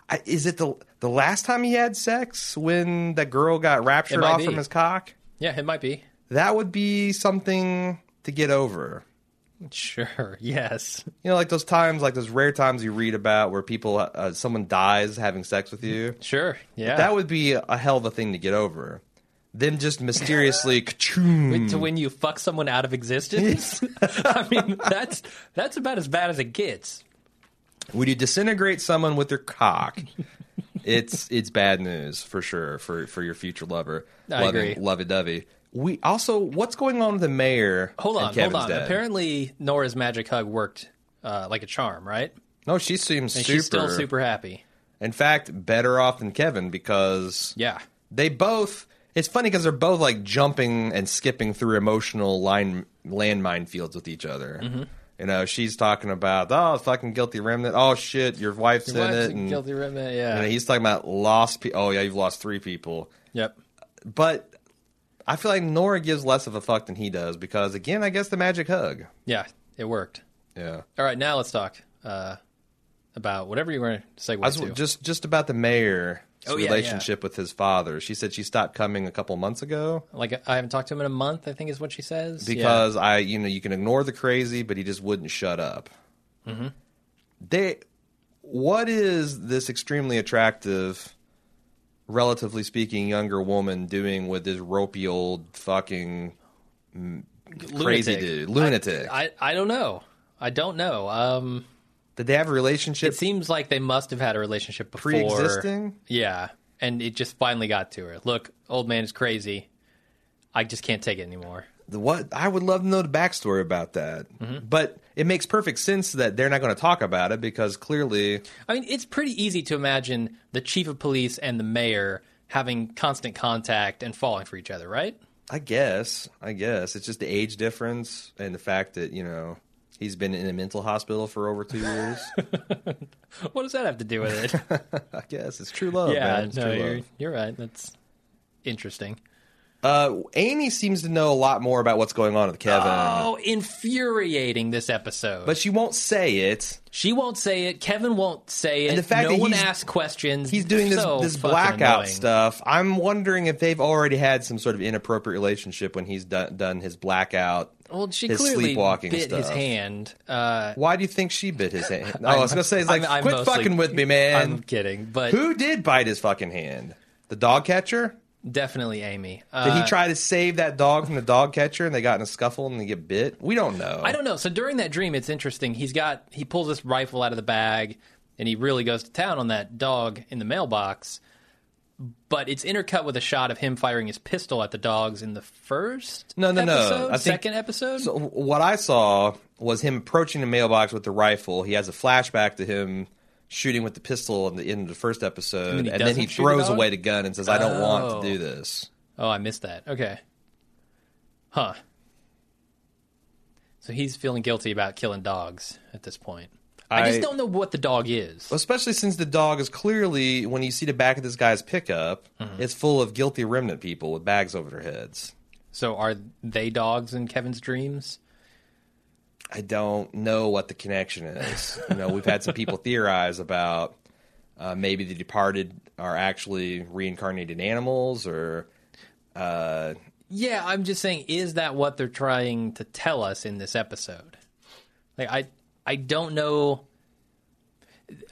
S2: I, is it the the last time he had sex when that girl got raptured
S1: might
S2: off
S1: be.
S2: from his cock?
S1: Yeah. It might be.
S2: That would be something to get over.
S1: Sure. [laughs] Yes.
S2: You know, like those times, like those rare times you read about where people, uh, someone dies having sex with you.
S1: Sure. Yeah.
S2: That would be a hell of a thing to get over. Them just mysteriously, ka-choom.
S1: to when you fuck someone out of existence.
S2: [laughs]
S1: I mean, that's that's about as bad as it gets.
S2: When you disintegrate someone with
S1: [laughs]
S2: your cock, it's it's bad news for sure for for your future lover.
S1: I agree.
S2: Lovey dovey. We also what's going on with the mayor?
S1: Hold
S2: and
S1: on, hold
S2: Kevin's
S1: on.
S2: dad?
S1: Apparently, Nora's magic hug worked uh, like a charm, right?
S2: no, she seems
S1: And
S2: super.
S1: she's still super happy.
S2: In fact, better off than Kevin because
S1: Yeah,
S2: they both. It's funny because they're both like jumping and skipping through emotional line landmine fields with each other.
S1: Mm-hmm.
S2: You know, she's talking about oh fucking guilty remnant. Oh shit, your wife's in
S1: What's
S2: it.
S1: a
S2: and-
S1: guilty remnant. Yeah.
S2: And he's talking about lost people. Oh yeah, you've lost three people.
S1: yep.
S2: But I feel like Nora gives less of a fuck than he does because again, I guess the magic hug.
S1: Yeah, it worked.
S2: Yeah.
S1: All right, now let's talk uh, about whatever you were to segue
S2: I was
S1: to.
S2: just just about the mayor's
S1: Oh, yeah,
S2: relationship with his father. She said she stopped coming a couple months ago
S1: like I haven't talked to him in a month. I think is what she says. Yeah.
S2: because I, you know, you can ignore the crazy, but he just wouldn't shut up.
S1: Mm-hmm.
S2: They, what is this extremely attractive, relatively speaking, younger woman doing with this ropey old fucking crazy
S1: Lunatic.
S2: dude, lunatic?
S1: I I don't know. I don't know. Um,
S2: Did they have a relationship
S1: it seems like they must have had a relationship before.
S2: pre-existing?
S1: Yeah, and it just finally got to her. Look, old man is crazy. I just can't take it anymore.
S2: The What I would love to know the backstory about that,
S1: Mm-hmm.
S2: but it makes perfect sense that they're not going to talk about it because clearly,
S1: I mean, it's pretty easy to imagine the chief of police and the mayor having constant contact and falling for each other, right?
S2: I guess, I guess it's just the age difference and the fact that you know he's been in a mental hospital for over two
S1: [laughs]
S2: years.
S1: What does that have to do [laughs] with it?
S2: I guess it's true love,
S1: yeah,
S2: man. It's
S1: no,
S2: true
S1: you're,
S2: love.
S1: you're right. That's interesting.
S2: Uh, Amy seems to know a lot more about what's going on with Kevin,
S1: Oh, infuriating this episode.
S2: Uh, but she won't say it.
S1: she won't say it. Kevin won't say it.
S2: the fact
S1: no
S2: that
S1: one
S2: he's-
S1: asks questions.
S2: He's doing this
S1: So
S2: this
S1: fucking
S2: blackout
S1: annoying.
S2: stuff. I'm wondering if they've already had some sort of inappropriate relationship when he's done done his blackout.
S1: Well, she
S2: his
S1: clearly
S2: sleepwalking
S1: bit his
S2: stuff.
S1: hand. Uh,
S2: Why do you think she bit
S1: [laughs]
S2: his hand? Oh, I was gonna say, it's like,
S1: I'm- I'm
S2: quit
S1: mostly-
S2: fucking with me, man.
S1: I'm kidding, but
S2: Who did bite his fucking hand? The dog catcher?
S1: definitely Amy. Uh,
S2: Did he try to save that dog from the dog catcher and they got in a scuffle and they get bit? We don't know.
S1: I don't know. So during that dream, it's interesting. He's got he pulls this rifle out of the bag, and he really goes to town on that dog in the mailbox. But it's intercut with a shot of him firing his pistol at the dogs in the first
S2: No, no, no.
S1: episode?
S2: I think-
S1: second episode.
S2: So what I saw was him approaching the mailbox with the rifle. He has a flashback to him shooting with the pistol in the end of the first episode,
S1: then he
S2: and then he
S1: doesn't shoot the
S2: throws
S1: dog?
S2: away the gun and says, "I don't want
S1: Oh.
S2: to do this."
S1: Oh, I missed that. Okay. Huh. So he's feeling guilty about killing dogs at this point. I,
S2: I-
S1: just don't know what the dog is.
S2: Especially since the dog is clearly, when you see the back of this guy's pickup,
S1: Mm-hmm.
S2: it's full of guilty remnant people with bags over their heads.
S1: So are they dogs in Kevin's dreams?
S2: I don't know what the connection is. you know, we've had some
S1: [laughs]
S2: people theorize about uh, maybe the departed are actually reincarnated animals, or uh,
S1: Yeah, I'm just saying, is that what they're trying to tell us in this episode? Like, I I don't know.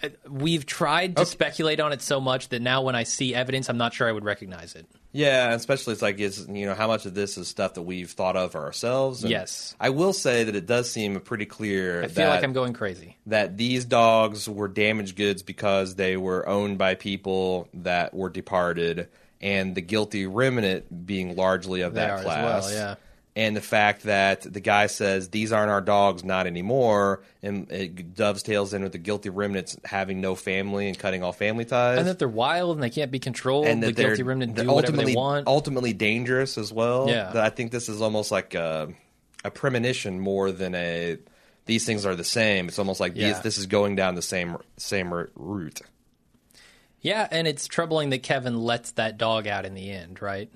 S1: Uh, We've tried to speculate on it so much that now when I see evidence, I'm not sure I would recognize it.
S2: yeah, especially it's like it's you know how much of this is stuff that we've thought of for ourselves. And
S1: Yes.
S2: I will say that it does seem pretty clear.
S1: I feel
S2: that
S1: like I'm going crazy.
S2: that these dogs were damaged goods because they were owned by people that were departed, and the guilty remnant being largely of
S1: They are
S2: that
S1: as
S2: class.
S1: well, yeah.
S2: And the fact that the guy says these aren't our dogs, not anymore, and it dovetails in with the guilty remnants having no family and cutting all family ties,
S1: And that they're wild and they can't be controlled.
S2: and
S1: the
S2: that they're-
S1: guilty remnant
S2: they're
S1: do whatever
S2: ultimately
S1: they want.
S2: ultimately dangerous as well.
S1: Yeah.
S2: That I think this is almost like a, a premonition more than a these things are the same. It's almost like
S1: Yeah.
S2: these, this is going down the same same r- route.
S1: yeah, and it's troubling that Kevin lets that dog out in the end, right?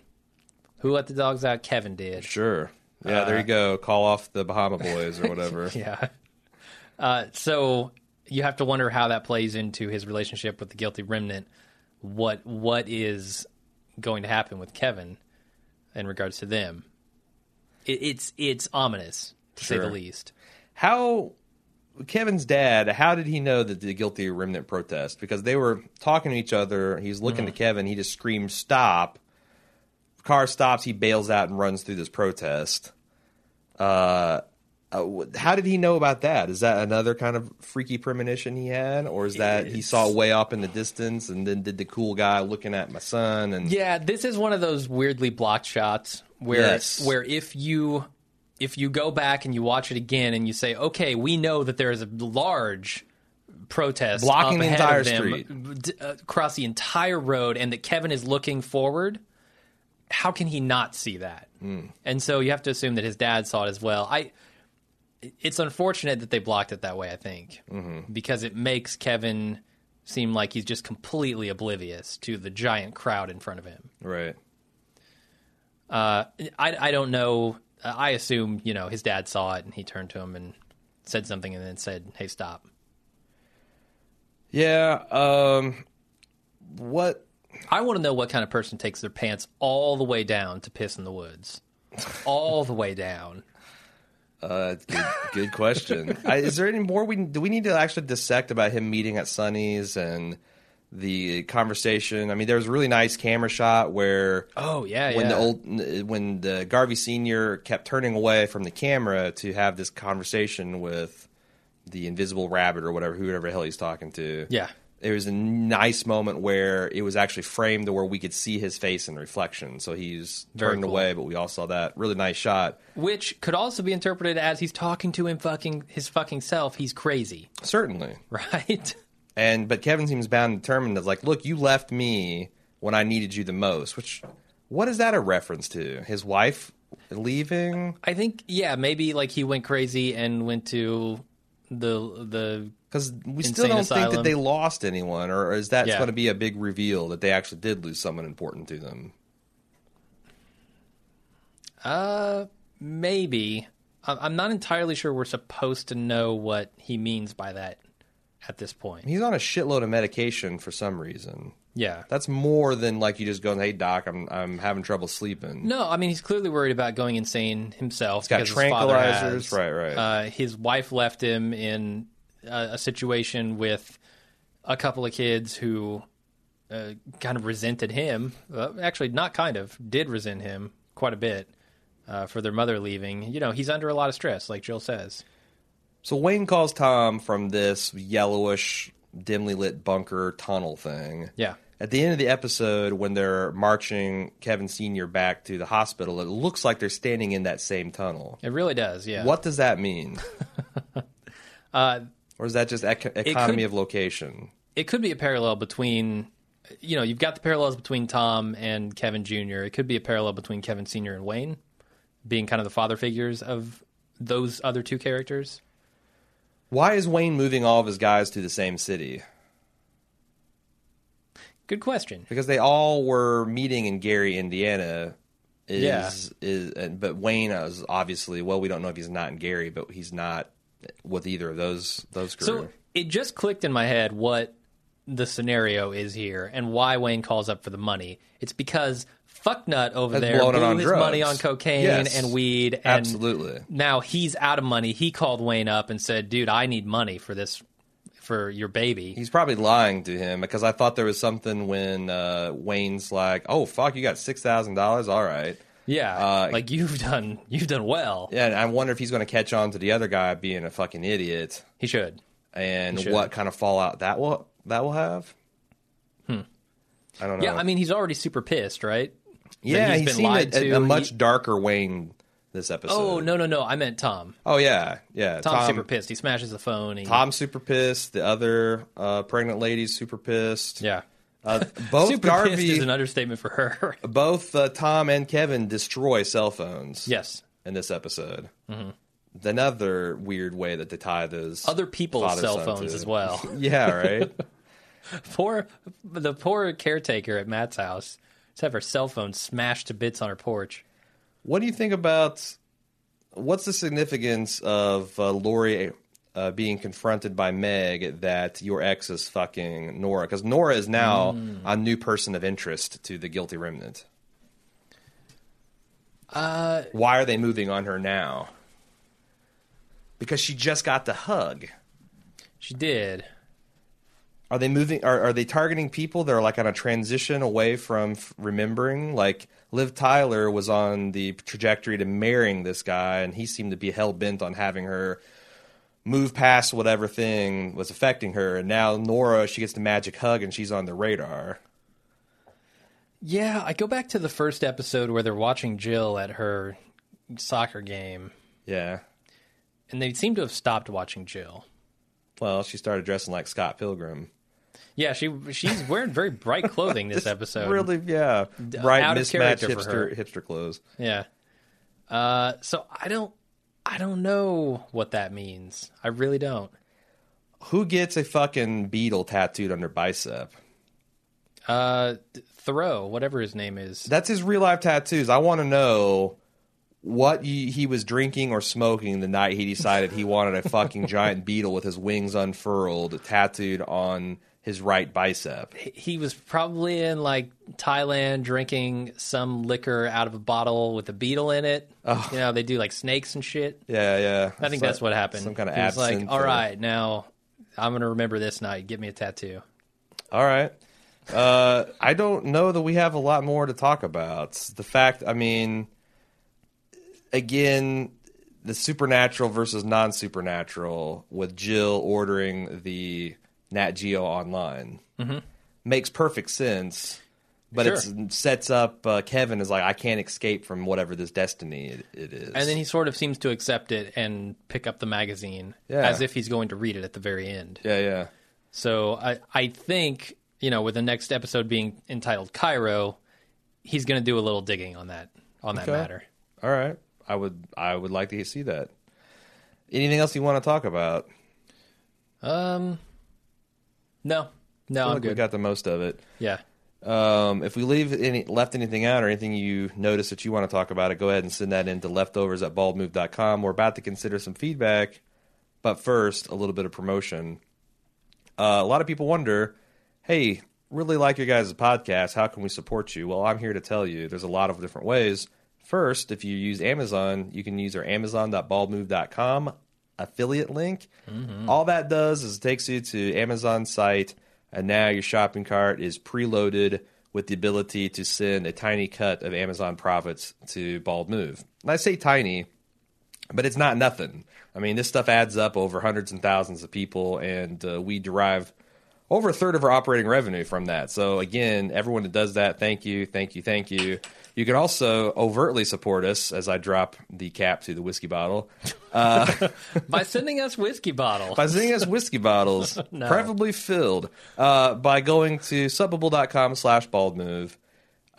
S1: Who let the dogs out? Kevin did.
S2: Sure. Yeah, there you
S1: Uh,
S2: go. Call off the Bahama Boys or whatever.
S1: Yeah. Uh, so you have to wonder how that plays into his relationship with the guilty remnant. What what is going to happen with Kevin in regards to them? It, it's it's ominous to say
S2: Sure.
S1: the least.
S2: How Kevin's dad? How did he know that the guilty remnant protest? Because they were talking to each other. He's looking to Kevin. He just screams, "Stop!" Car stops. He bails out and runs through this protest. Uh, uh, wh- how did he know about that? Is that another kind of freaky premonition he had, or is that he saw way up in the distance and then did the cool guy looking at my son? And
S1: Yeah, this is one of those weirdly blocked shots where
S2: Yes.
S1: where if you if you go back and you watch it again and you say, okay, we know that there is a large protest
S2: Blocking
S1: up
S2: the
S1: ahead
S2: entire
S1: of them,
S2: street.
S1: d- uh, across the entire road, and that Kevin is looking forward. How can he not see that?
S2: Hmm.
S1: And so you have to assume that his dad saw it as well. I. It's unfortunate that they blocked it that way. I think
S2: Mm-hmm.
S1: because it makes Kevin seem like he's just completely oblivious to the giant crowd in front of him.
S2: right.
S1: Uh, I, I don't know. I assume, you know, his dad saw it and he turned to him and said something and then said, hey, stop.
S2: Yeah. Um, what?
S1: I want to know what kind of person takes their pants all the way down to piss in the woods. All the way down.
S2: Uh, good,
S1: [laughs]
S2: good question. I, is there any more we do we need to actually dissect about him meeting at Sonny's and the conversation? I mean, there was a really nice camera shot where
S1: Oh, yeah, yeah.
S2: when the old when the Garvey senior kept turning away from the camera to have this conversation with the invisible rabbit or whatever whoever the hell he's talking to.
S1: Yeah.
S2: It was a nice moment where it was actually framed to where we could see his face in reflection. So he's
S1: Very
S2: turned
S1: cool.
S2: away, but we all saw that really nice shot.
S1: Which could also be interpreted as he's talking to him fucking his fucking self. He's crazy, [laughs]
S2: Certainly.
S1: right?
S2: And but Kevin seems bound and determined as like, look, you left me when I needed you the most. Which, what is that a reference to? His wife leaving?
S1: I think, yeah, maybe like he went crazy and went to the the
S2: Because we still
S1: Insane
S2: don't think
S1: asylum.
S2: that they lost anyone, or is that
S1: Yeah.
S2: going to be a big reveal that they actually did lose someone important to them?
S1: Uh, maybe. I- I'm not entirely sure we're supposed to know what he means by that at this point.
S2: He's on a shitload of medication for some reason.
S1: Yeah.
S2: That's more than like you just going, "Hey doc, I'm I'm having trouble sleeping."
S1: No, I mean he's clearly worried about going insane himself.
S2: got
S1: because his father
S2: tranquilizers,
S1: has.
S2: right, right.
S1: Uh, his wife left him in a, a situation with a couple of kids who uh, kind of resented him. Uh, actually, not kind of did resent him quite a bit uh, for their mother leaving. You know, he's under a lot of stress, like Jill says.
S2: So Wayne calls Tom from this yellowish, dimly lit bunker tunnel thing.
S1: Yeah.
S2: At the end of the episode, when they're marching Kevin Sr. back to the hospital, it looks like they're standing in that same tunnel.
S1: It really does. Yeah.
S2: What does
S1: [laughs]
S2: that mean? or is that just ec- economy
S1: Uh, could-
S2: of location?
S1: it could be a parallel between you know, you've got the parallels between Tom and Kevin Jr. It could be a parallel between Kevin Sr. and Wayne being kind of the father figures of those other two characters.
S2: Why is Wayne moving all of his guys to the same city?
S1: Good question.
S2: Because they all were meeting in Gary, Indiana. Is,
S1: Yeah.
S2: is and, but Wayne is obviously well. We don't know if he's not in Gary, but he's not with either of those those crew.
S1: So it just clicked in my head what the scenario is here and why Wayne calls up for the money. It's because fucknut over
S2: Has
S1: there
S2: blown it
S1: blew
S2: on
S1: his
S2: drugs.
S1: money on cocaine
S2: Yes.
S1: and weed. And
S2: Absolutely.
S1: Now he's out of money. He called Wayne up and said, "Dude, I need money for this, for your baby."
S2: He's probably lying to him because I thought there was something when uh, Wayne's like, "Oh fuck, you got six thousand dollars, all right."
S1: Yeah,
S2: Uh,
S1: like you've done, you've done well.
S2: Yeah, and I wonder if he's going to catch on to the other guy being a fucking idiot
S1: He should.
S2: and
S1: should.
S2: what kind of fallout that will that will have. Hmm. I don't know.
S1: Yeah, I mean, he's already super pissed, right? That
S2: yeah,
S1: he's
S2: he
S1: been
S2: seemed
S1: lied
S2: a, a-
S1: to.
S2: a
S1: He-
S2: much darker Wayne this episode.
S1: oh no, no, no! I meant Tom.
S2: Oh yeah, yeah.
S1: Tom's
S2: Tom,
S1: super pissed. He smashes the phone. He,
S2: Tom's super pissed. The other uh, pregnant lady's super pissed.
S1: yeah,
S2: Uh,
S1: [laughs]
S2: both
S1: super pissed
S2: Garvey,
S1: is an understatement for her. [laughs]
S2: both uh, Tom and Kevin destroy cell phones.
S1: yes,
S2: in this episode. Another weird way that they tie those
S1: Mm-hmm. other people's cell
S2: father-son
S1: phones
S2: to-
S1: as
S2: [laughs]
S1: well. [laughs]
S2: Yeah, right.
S1: poor, the poor caretaker at Matt's house. Just have her cell phone smashed to bits on her porch.
S2: what do you think about what's the significance of uh, Lori uh, being confronted by Meg that your ex is fucking Nora? Because Nora is now
S1: Hmm.
S2: a new person of interest to the guilty remnant. Uh, Why are they moving on her now? Because she just got the hug.
S1: She did.
S2: Are they moving? Are, are they targeting people that are like on a transition away from f- remembering? Like Liv Tyler was on the trajectory to marrying this guy, and he seemed to be hell bent on having her move past whatever thing was affecting her. And now Nora, she gets the magic hug, and she's on the radar.
S1: Yeah, I go back to the first episode where they're watching Jill at her soccer game,
S2: Yeah.
S1: and they seem to have stopped watching Jill.
S2: Well, she started dressing like Scott Pilgrim.
S1: Yeah, she she's wearing very
S2: [laughs]
S1: bright clothing this episode.
S2: Really? Yeah. Right.
S1: Um, out of
S2: Mismatched
S1: character for
S2: hipster hipster clothes.
S1: Yeah. Uh, so I don't I don't know what that means. I really don't.
S2: Who gets a fucking beetle tattooed on their bicep?
S1: Uh, th- Thoreau, whatever his name is.
S2: That's his real life tattoos. I want to know what he, he was drinking or smoking the night he decided he wanted
S1: [laughs]
S2: a fucking giant beetle with his wings unfurled tattooed on his right bicep.
S1: He was probably in like Thailand drinking some liquor out of a bottle with a beetle in it.
S2: Oh.
S1: You know, they do like snakes and shit.
S2: Yeah, yeah.
S1: I think that's what happened.
S2: Some kind of
S1: He was
S2: absinthe.
S1: like, all
S2: or-
S1: right, now I'm gonna remember this night. Get me a tattoo.
S2: All right. Uh, I don't know that we have a lot more to talk about. The fact, I mean, again, the supernatural versus non supernatural with Jill ordering the Nat Geo online
S1: Mm-hmm.
S2: makes perfect sense, but it sets up uh, Kevin as like, I can't escape from whatever this destiny it, it is.
S1: And then he sort of seems to accept it and pick up the magazine
S2: Yeah.
S1: as if he's going to read it at the very end.
S2: yeah, yeah.
S1: So I, I think, you know, with the next episode being entitled Cairo, he's going to do a little digging on that on that
S2: Okay.
S1: matter.
S2: All right. I would, I would like to see that. Anything else you want to talk about?
S1: Um no.
S2: I
S1: No,
S2: feel
S1: I'm
S2: like we
S1: good.
S2: got the most of it. [laughs]
S1: yeah.
S2: Um, if we leave any left anything out or anything you notice that you want to talk about it, go ahead and send that in to leftovers at baldmove.com. We're about to consider some feedback, but first, a little bit of promotion. Uh, a lot of people wonder, hey, really like your guys' podcast. How can we support you? Well, I'm here to tell you there's a lot of different ways. First, if you use Amazon, you can use our amazon.baldmove.com affiliate link. All that does is it takes you to Amazon's site, and now your shopping cart is preloaded with the ability to send a tiny cut of Amazon profits to Bald Move. And I say tiny, but it's not nothing. I mean, this stuff adds up over hundreds and thousands of people, and uh, we derive over a third of our operating revenue from that. So, again, everyone that does that, thank you, thank you, thank you. You can also overtly support us as I drop the cap to the whiskey bottle uh,
S1: by sending us whiskey bottles.
S2: by sending us whiskey bottles,
S1: No.
S2: preferably filled, uh, by going to subbable.com slash bald move.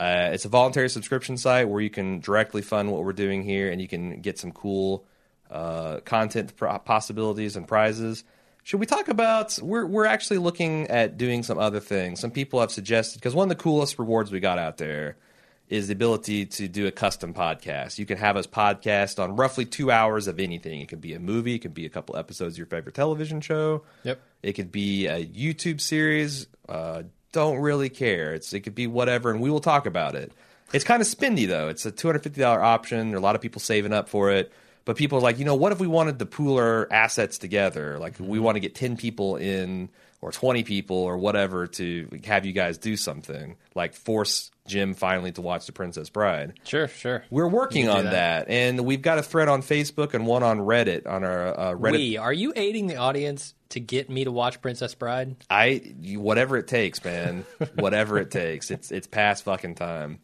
S2: Uh, it's a voluntary subscription site where you can directly fund what we're doing here and you can get some cool uh, content pro- possibilities and prizes. Should we talk about? We're, we're actually looking at doing some other things. Some people have suggested, because one of the coolest rewards we got out there is the ability to do a custom podcast. You can have us podcast on roughly two hours of anything. It could be a movie, it could be a couple episodes of your favorite television show.
S1: Yep.
S2: It could be a YouTube series. Uh, don't really care. It's it could be whatever, and we will talk about it. It's kind of spendy though. It's a two hundred fifty dollar option. There are a lot of people saving up for it, but people are like, you know, what if we wanted to pool our assets together? Like
S1: Mm-hmm.
S2: we want to get ten people in or twenty people or whatever to have you guys do something, like force Jim finally to watch The Princess Bride.
S1: Sure, sure.
S2: We're working
S1: You can
S2: on
S1: do
S2: that. and we've got a thread on Facebook and one on Reddit on our uh, Reddit
S1: We, are you aiding the audience to get me to watch Princess Bride?
S2: I you, whatever it takes, man. whatever it takes. It's it's past fucking time.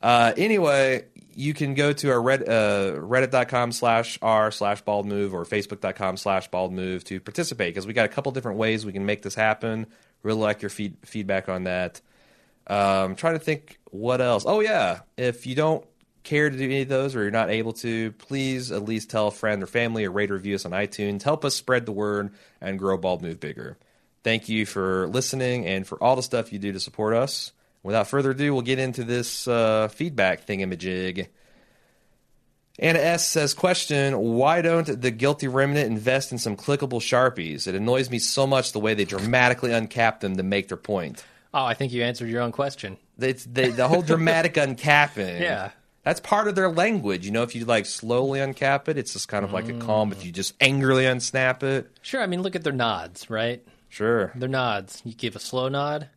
S2: Uh, anyway, you can go to our red, uh, reddit.com slash r slash bald move or facebook.com slash bald move to participate because we got a couple different ways we can make this happen. Really like your feed, feedback on that. Um, trying to think what else. Oh yeah, if you don't care to do any of those or you're not able to, please at least tell a friend or family or rate or review us on iTunes. Help us spread the word and grow Bald Move bigger. Thank you for listening and for all the stuff you do to support us. Without further ado, we'll get into this uh, feedback thingamajig. Anna S says, question, why don't the guilty remnant invest in some clickable Sharpies? It annoys me so much the way they dramatically uncap them to make their point.
S1: Oh, I think you answered your own question.
S2: It's the, the whole
S1: [laughs]
S2: dramatic uncapping.
S1: Yeah.
S2: That's part of their language. You know, if you like slowly uncap it, it's just kind of like a calm. If you just angrily unsnap it,
S1: Sure, I mean, look at their nods, right?
S2: sure.
S1: Their nods. You give a slow nod,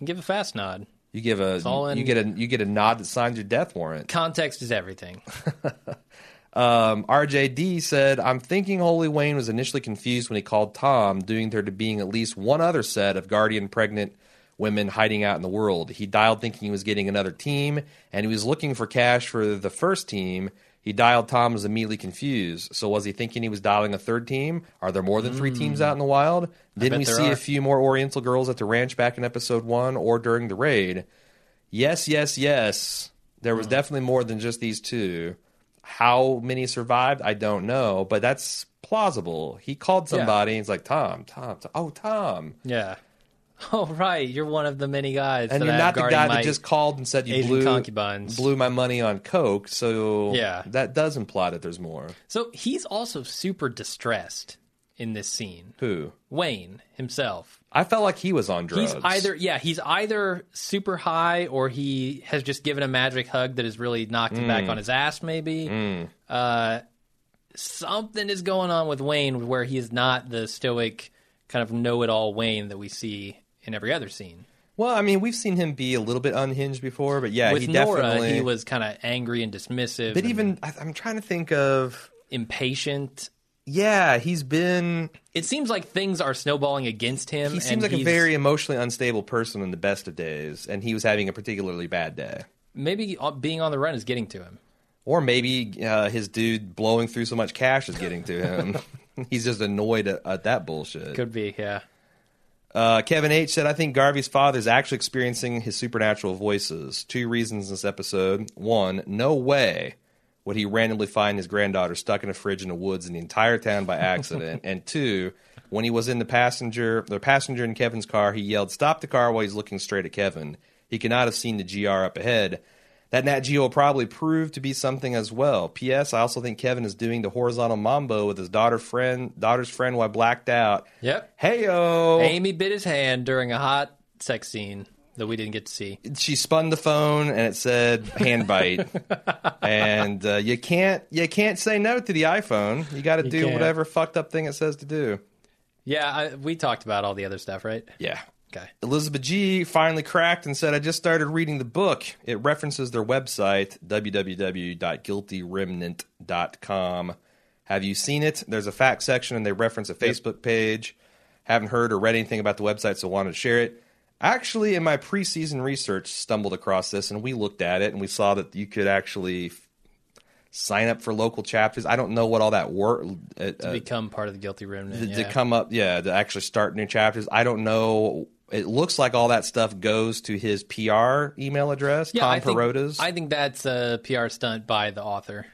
S1: you give a fast nod.
S2: You give a
S1: all in-
S2: you get a you get a nod that signs your death warrant.
S1: Context is everything.
S2: Um, RJD said, "I'm thinking Holy Wayne was initially confused when he called Tom, doing there to being at least one other set of guardian pregnant women hiding out in the world. He dialed thinking he was getting another team, and he was looking for cash for the first team." He dialed Tom was immediately confused. So was he thinking he was dialing a third team? Are there more than three teams out in the wild? Didn't
S1: Hmm. bet
S2: we
S1: there
S2: see
S1: are.
S2: a few more Oriental girls at the ranch back in episode one or during the raid? Yes, yes, yes. There
S1: Hmm.
S2: was definitely more than just these two. How many survived? I don't know, but that's plausible. He called
S1: Yeah.
S2: somebody and he's like, Tom, Tom, Tom. oh, Tom.
S1: [laughs] Yeah. Oh, right. You're one of the many guys.
S2: And
S1: that
S2: you're
S1: I
S2: not
S1: have
S2: the
S1: guarding
S2: guy
S1: my-
S2: that just called and said you
S1: Asian
S2: blew,
S1: concubines.
S2: blew my money on Coke. So
S1: Yeah.
S2: that does imply that there's more.
S1: So he's also super distressed in this scene.
S2: Who?
S1: Wayne himself.
S2: I felt like he was on drugs.
S1: He's either yeah, he's either super high or he has just given a magic hug that has really knocked him
S2: Mm.
S1: back on his ass. Maybe uh, something is going on with Wayne where he is not the stoic kind of know-it-all Wayne that we see in every other scene.
S2: Well, I mean, we've seen him be a little bit unhinged before, but yeah,
S1: with
S2: he
S1: Nora,
S2: definitely
S1: he was kind of angry and dismissive,
S2: But
S1: and
S2: even I, I'm trying to think of
S1: impatient.
S2: yeah, he's been
S1: It seems like things are snowballing against him.
S2: he
S1: and
S2: seems like a
S1: he's-
S2: very emotionally unstable person in the best of days, and he was having a particularly bad day.
S1: maybe uh, being on the run is getting to him.
S2: Or maybe uh, his dude blowing through so much cash is getting to him. [laughs] He's just annoyed at, at that bullshit.
S1: Could be, yeah.
S2: Uh, Kevin H said, I think Garvey's father is actually experiencing his supernatural voices. Two reasons this episode. One, no way would he randomly find his granddaughter stuck in a fridge in the woods in the entire town by accident. and two, when he was in the passenger, the passenger in Kevin's car, he yelled, Stop the car while he's looking straight at Kevin. He could not have seen the GR up ahead. That Nat Geo will probably prove to be something as well. P.S. I also think Kevin is doing the horizontal mambo with his daughter friend, daughter's friend while blacked out.
S1: Yep.
S2: Hey yo!
S1: Amy bit his hand during a hot sex scene that we didn't get to see.
S2: she spun the phone and it said hand bite and uh, you can't you can't say no to the iphone you got to do
S1: can't.
S2: whatever fucked up thing it says to do
S1: Yeah, I, we talked about all the other stuff, right?
S2: yeah
S1: Okay.
S2: elizabeth g finally cracked and said i just started reading the book it references their website www.guiltyremnant.com have you seen it there's a fact section and they reference a facebook page haven't heard or read anything about the website so wanted to share it Actually, in my preseason research, stumbled across this, and we looked at it, and we saw that you could actually f- sign up for local chapters. I don't know what all that work uh,
S1: to become part of the guilty remnant.
S2: to,
S1: yeah.
S2: to come up, yeah, to actually start new chapters. I don't know. It looks like all that stuff goes to his PR email address,
S1: yeah,
S2: Tom
S1: I think,
S2: Perota's.
S1: I think that's a PR stunt by the author,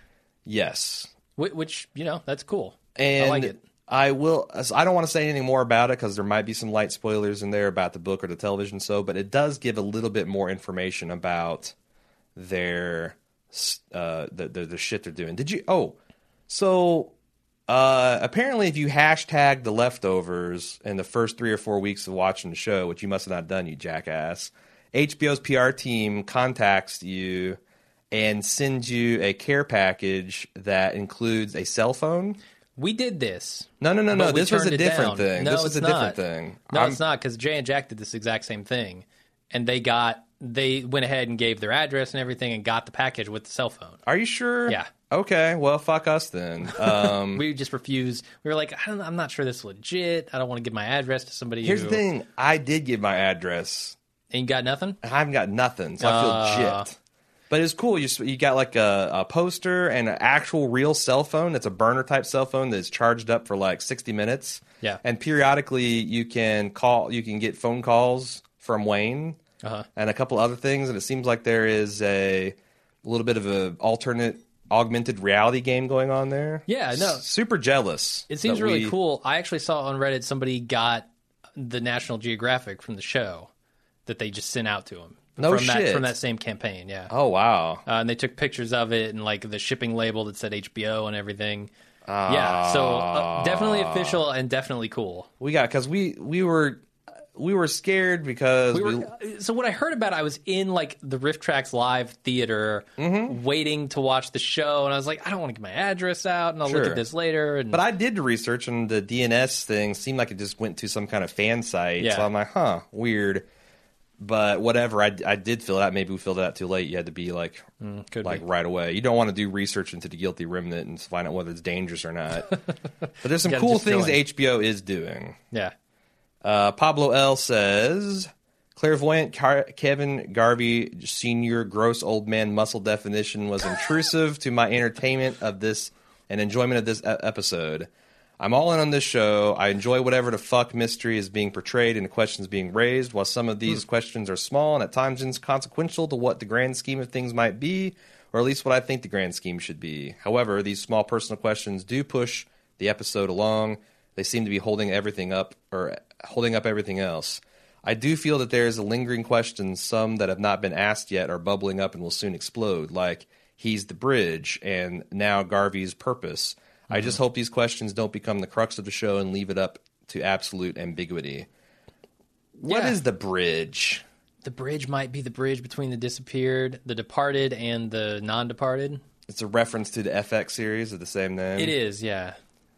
S2: yes,
S1: which, which you know that's cool.
S2: and
S1: I like it.
S2: I will. so I don't want to say anything more about it because there might be some light spoilers in there about the book or the television show, but it does give a little bit more information about their s- uh, the, the the shit they're doing. Did you? Oh, so uh, apparently, if you hashtag the leftovers in the first three or four weeks of watching the show, which you must have not done, you jackass, HBO's PR team contacts you and sends you a care package that includes a cell phone.
S1: We did this.
S2: No, no, no, no.
S1: but we
S2: This was a
S1: turned it
S2: different
S1: down.
S2: thing.
S1: No,
S2: this was a
S1: it's not.
S2: different thing.
S1: No,
S2: I'm-
S1: it's not because Jay and Jack did this exact same thing, and they got they went ahead and gave their address and everything and got the package with the cell phone.
S2: Are you sure?
S1: Yeah.
S2: Okay. Well, fuck
S1: [laughs]
S2: us then. Um,
S1: We just refused. We were like, I don't, I'm not sure this is legit. I don't want to give my address to somebody.
S2: here's
S1: who,
S2: the thing. I did give my address.
S1: And you got nothing.
S2: I haven't got nothing, so I feel
S1: Uh.
S2: jipped. But it's cool. You s- you got like a, a poster and an actual real cell phone. That's a burner type cell phone that's charged up for like sixty minutes.
S1: Yeah.
S2: And periodically you can call. You can get phone calls from Wayne
S1: Uh-huh.
S2: and a couple other things. And it seems like there is a little bit of a alternate augmented reality game going on there.
S1: Yeah, no.
S2: S- super jealous.
S1: It seems
S2: that
S1: really
S2: we-
S1: cool. I actually saw on Reddit somebody got the National Geographic from the show that they just sent out to him.
S2: No
S1: from
S2: shit.
S1: That, from that same campaign, yeah.
S2: Oh wow.
S1: Uh, and they took pictures of it and like the shipping label that said HBO and everything. yeah, so uh, definitely official and definitely cool.
S2: We got because we we were we were scared because
S1: We
S2: we,
S1: were, so when I heard about it, I was in like the Rift Tracks live theater,
S2: Mm-hmm.
S1: waiting to watch the show, and I was like, I don't want to get my address out, and I'll look
S2: Sure.
S1: at this later. And
S2: But I did the research, and the DNS thing seemed like it just went to some kind of fan site. So
S1: Yeah.
S2: I'm like, huh, weird. But whatever, I, I did fill it out. Maybe we filled it out too late. You had to be like,
S1: Mm, could
S2: like
S1: be.
S2: right away. You don't want to do research into the guilty remnant and find out whether it's dangerous or
S1: [laughs]
S2: not. but there's some
S1: Gotta
S2: cool
S1: just go
S2: things
S1: in.
S2: HBO is doing.
S1: yeah,
S2: Uh, Pablo L says clairvoyant Car- Kevin Garvey senior gross old man muscle definition was intrusive to my entertainment of this and enjoyment of this e- episode. I'm all in on this show. I enjoy whatever the fuck mystery is being portrayed and the questions being raised. While some of these questions are small and at times inconsequential to what the grand scheme of things might be, or at least what I think the grand scheme should be. However, these small personal questions do push the episode along. They seem to be holding everything up or holding up everything else. I do feel that there is a lingering question, some that have not been asked yet are bubbling up and will soon explode, like he's the bridge and now Garvey's purpose. I
S1: Mm-hmm.
S2: just hope these questions don't become the crux of the show and leave it up to absolute ambiguity. What
S1: Yeah.
S2: is the bridge?
S1: the bridge might be the bridge between the disappeared, the departed, and the non-departed.
S2: It's a reference to the FX series of the same name.
S1: It is, yeah,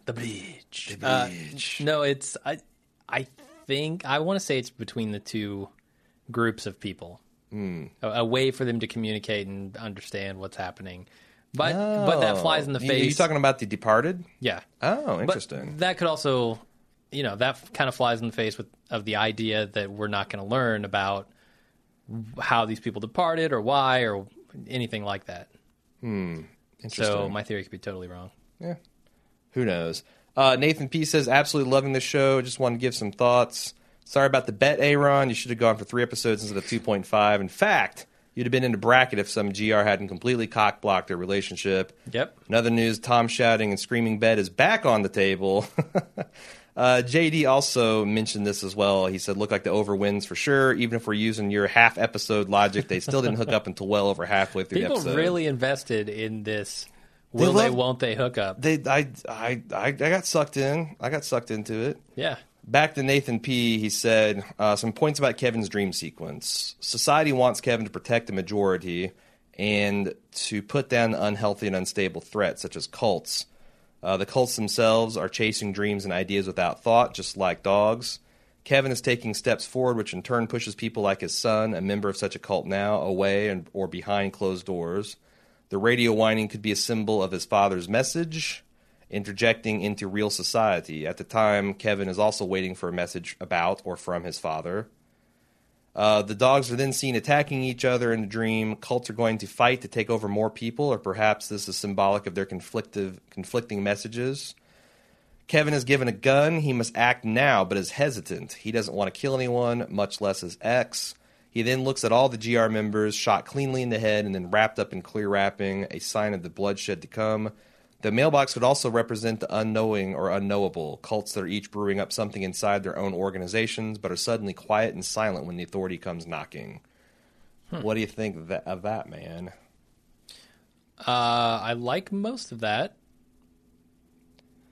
S1: the bridge. Uh,
S2: Bridge.
S1: no, it's I. I think I want to say it's between the two groups of people.
S2: Hmm.
S1: A, a way for them to communicate and understand what's happening, but but that flies in the
S2: Oh. You-
S1: face.
S2: Are you talking about the Departed?
S1: yeah,
S2: Oh,
S1: Uh, But
S2: interesting.
S1: that could also, you know, that kind of flies in the face with of the idea that we're not going to learn about how these people departed or why or anything like that.
S2: interesting.
S1: So my theory could be totally wrong.
S2: yeah. Who knows? Uh, Nathan P says, absolutely loving the show. Just wanted to give some thoughts. Sorry about the bet, Aaron. You should have gone for three episodes instead of 2.5. In fact, you'd have been in the bracket if some GR hadn't completely cock blocked their relationship.
S1: Yep.
S2: In other news, Tom shouting and screaming bet is back on the table. [laughs] uh, JD also mentioned this as well. He said, look like the over wins for sure. Even if we're using your half episode logic, they still didn't hook up until well over halfway through
S1: People
S2: the episode.
S1: really invested in this. Will
S2: They
S1: they?
S2: love-
S1: Won't they? Hookup?
S2: they I, I I I got sucked in. I got sucked into it.
S1: Yeah.
S2: Back to Nathan P. He said uh, some points about Kevin's dream sequence. Society wants Kevin to protect the majority and to put down unhealthy and unstable threats such as cults. Uh, the cults themselves are chasing dreams and ideas without thought, just like dogs. Kevin is taking steps forward, which in turn pushes people like his son, a member of such a cult now, away and or behind closed doors. The radio whining could be a symbol of his father's message, interjecting into real society. At the time, Kevin is also waiting for a message about or from his father. Uh, the dogs are then seen attacking each other in the dream. Cults are going to fight to take over more people, or perhaps this is symbolic of their conflictive, conflicting messages. Kevin is given a gun. He must act now, but is hesitant. He doesn't want to kill anyone, much less his ex. He then looks at all the GR members, shot cleanly in the head and then wrapped up in clear wrapping, a sign of the bloodshed to come. The mailbox could also represent the unknowing or unknowable, cults that are each brewing up something inside their own organizations, but are suddenly quiet and silent when the authority comes knocking. What do you think tha- of that, man?
S1: Uh, I like most of that.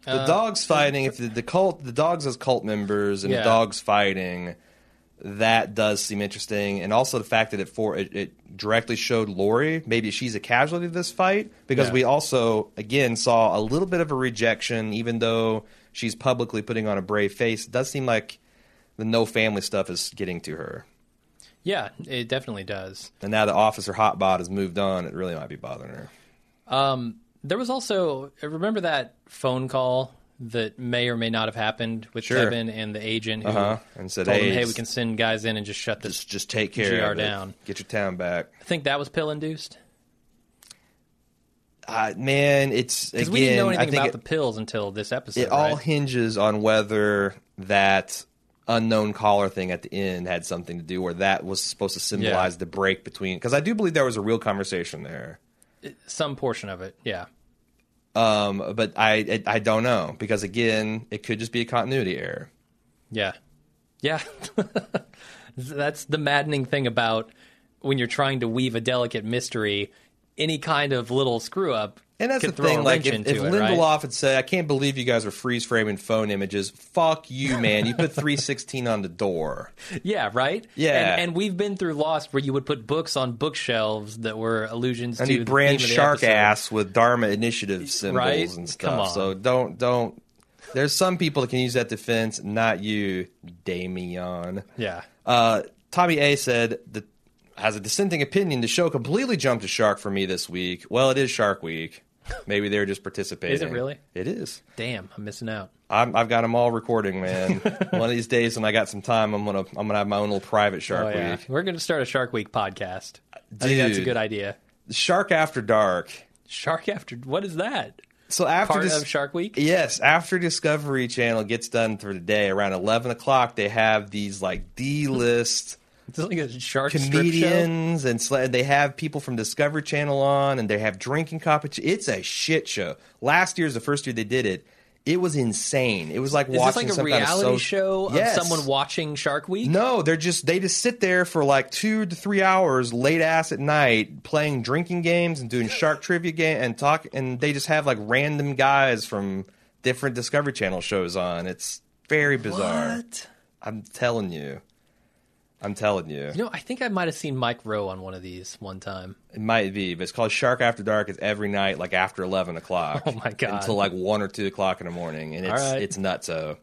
S1: Uh,
S2: the dogs fighting if the, the cult the dogs as cult members and
S1: Yeah.
S2: the dogs fighting that does seem interesting and also the fact that it for it, it directly showed Lori maybe she's a casualty of this fight because
S1: Yeah.
S2: we also again saw a little bit of a rejection even though she's publicly putting on a brave face it does seem like the no family stuff is getting to her
S1: Yeah, it definitely does.
S2: and now that officer hotbot has moved on it really might be bothering her
S1: There was also remember that phone call that may or may not have happened with
S2: Sure.
S1: Kevin and the agent who
S2: Uh-huh. And said,
S1: told
S2: "Hey,
S1: him, "Hey,
S2: just-
S1: we can send guys in and just shut this."
S2: just just take care
S1: GR
S2: of it.
S1: down.
S2: get your town back
S1: I think that was pill induced
S2: uh, man it's
S1: because
S2: again
S1: we didn't know
S2: I
S1: anything
S2: think
S1: about
S2: it-
S1: the pills until this episode.
S2: It all
S1: right?
S2: hinges on whether that unknown caller thing at the end had something to do, or that was supposed to symbolize the break between. Because I do believe there was a real conversation there,
S1: some portion of it. Yeah,
S2: um, but I, I I don't know because again, it could just be a continuity error.
S1: yeah, yeah. [laughs] That's the maddening thing about when you're trying to weave a delicate mystery. Any kind of little screw up
S2: And that's
S1: could
S2: the
S1: throw
S2: thing.
S1: a
S2: Like, if,
S1: wrench
S2: if
S1: into it, right?
S2: Lindelof had said, "I can't believe you guys are freeze framing phone images," fuck you, man.
S1: [laughs]
S2: You put three sixteen on the door.
S1: Yeah, right.
S2: Yeah.
S1: and, and we've been through Lost where you would put books on bookshelves that were allusions
S2: and
S1: to
S2: he
S1: the
S2: brand
S1: theme of the
S2: shark
S1: episode.
S2: ass with Dharma initiative symbols
S1: Right?
S2: and stuff.
S1: Come on.
S2: So don't don't. There's some people that can use that defense, not you, Damien.
S1: Yeah,
S2: Uh, Tommy A said that has a dissenting opinion. The show completely jumped a shark for me this week. Well, it is Shark Week. Maybe they're just participating.
S1: really?
S2: It is.
S1: damn, I'm missing out.
S2: I'm, I've got them all
S1: [laughs]
S2: recording, man. One of these days, when I got some time, I'm gonna I'm gonna have my own little private Shark
S1: Oh yeah,
S2: Week.
S1: we're gonna start a Shark Week podcast. I think that's a
S2: Dude.
S1: good idea.
S2: Shark After Dark.
S1: Shark after what is that?
S2: So after
S1: Part
S2: this,
S1: of Shark Week?
S2: Yes, after Discovery Channel gets done for the day, around eleven o'clock, they have these like D-list
S1: It's like a shark strip show.
S2: comedians, and sl- they have people from Discovery Channel on, and they have drinking competition. It's a shit show. Last year's the first year they did it. It was insane. It was like
S1: Is this
S2: watching
S1: like a
S2: some
S1: reality
S2: kind of so-
S1: show of
S2: Yes.
S1: someone watching Shark Week?
S2: No, they're just they just sit there for like two to three hours late ass at night playing drinking games and doing shark trivia game and talk and they just have like random guys from different Discovery Channel shows on. It's very bizarre.
S1: What?
S2: I'm telling you. I'm telling you.
S1: You know, I think I might have seen Mike Rowe on one of these one time.
S2: It might be, but it's called Shark After Dark. It's every night, like after eleven o'clock.
S1: Oh, my God.
S2: Until like one or two o'clock in the morning, and it's
S1: right.
S2: it's nutso.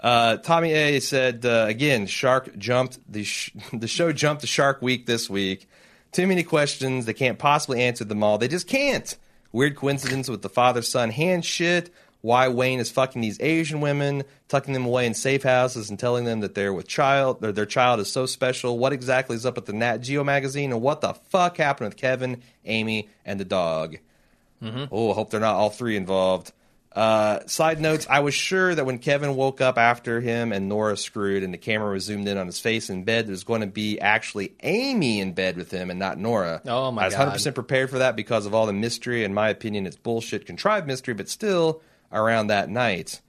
S2: Uh, Tommy A said uh, again, Shark jumped the sh- [laughs] the show jumped to Shark Week this week. Too many questions. They can't possibly answer them all. They just can't. Weird coincidence with the father son hand shit. Why Wayne is fucking these Asian women, tucking them away in safe houses and telling them that they're with child, their, their child is so special. What exactly is up with the Nat Geo magazine, and what the fuck happened with Kevin, Amy, and the dog? Oh, I hope they're not all three involved. Uh, side notes: I was sure that when Kevin woke up after him and Nora screwed, and the camera was zoomed in on his face in bed, there's going to be actually Amy in bed with him and not Nora.
S1: Oh, my
S2: I was
S1: God.
S2: 100% prepared for that because of all the mystery. In my opinion, it's bullshit, contrived mystery, but still around that night.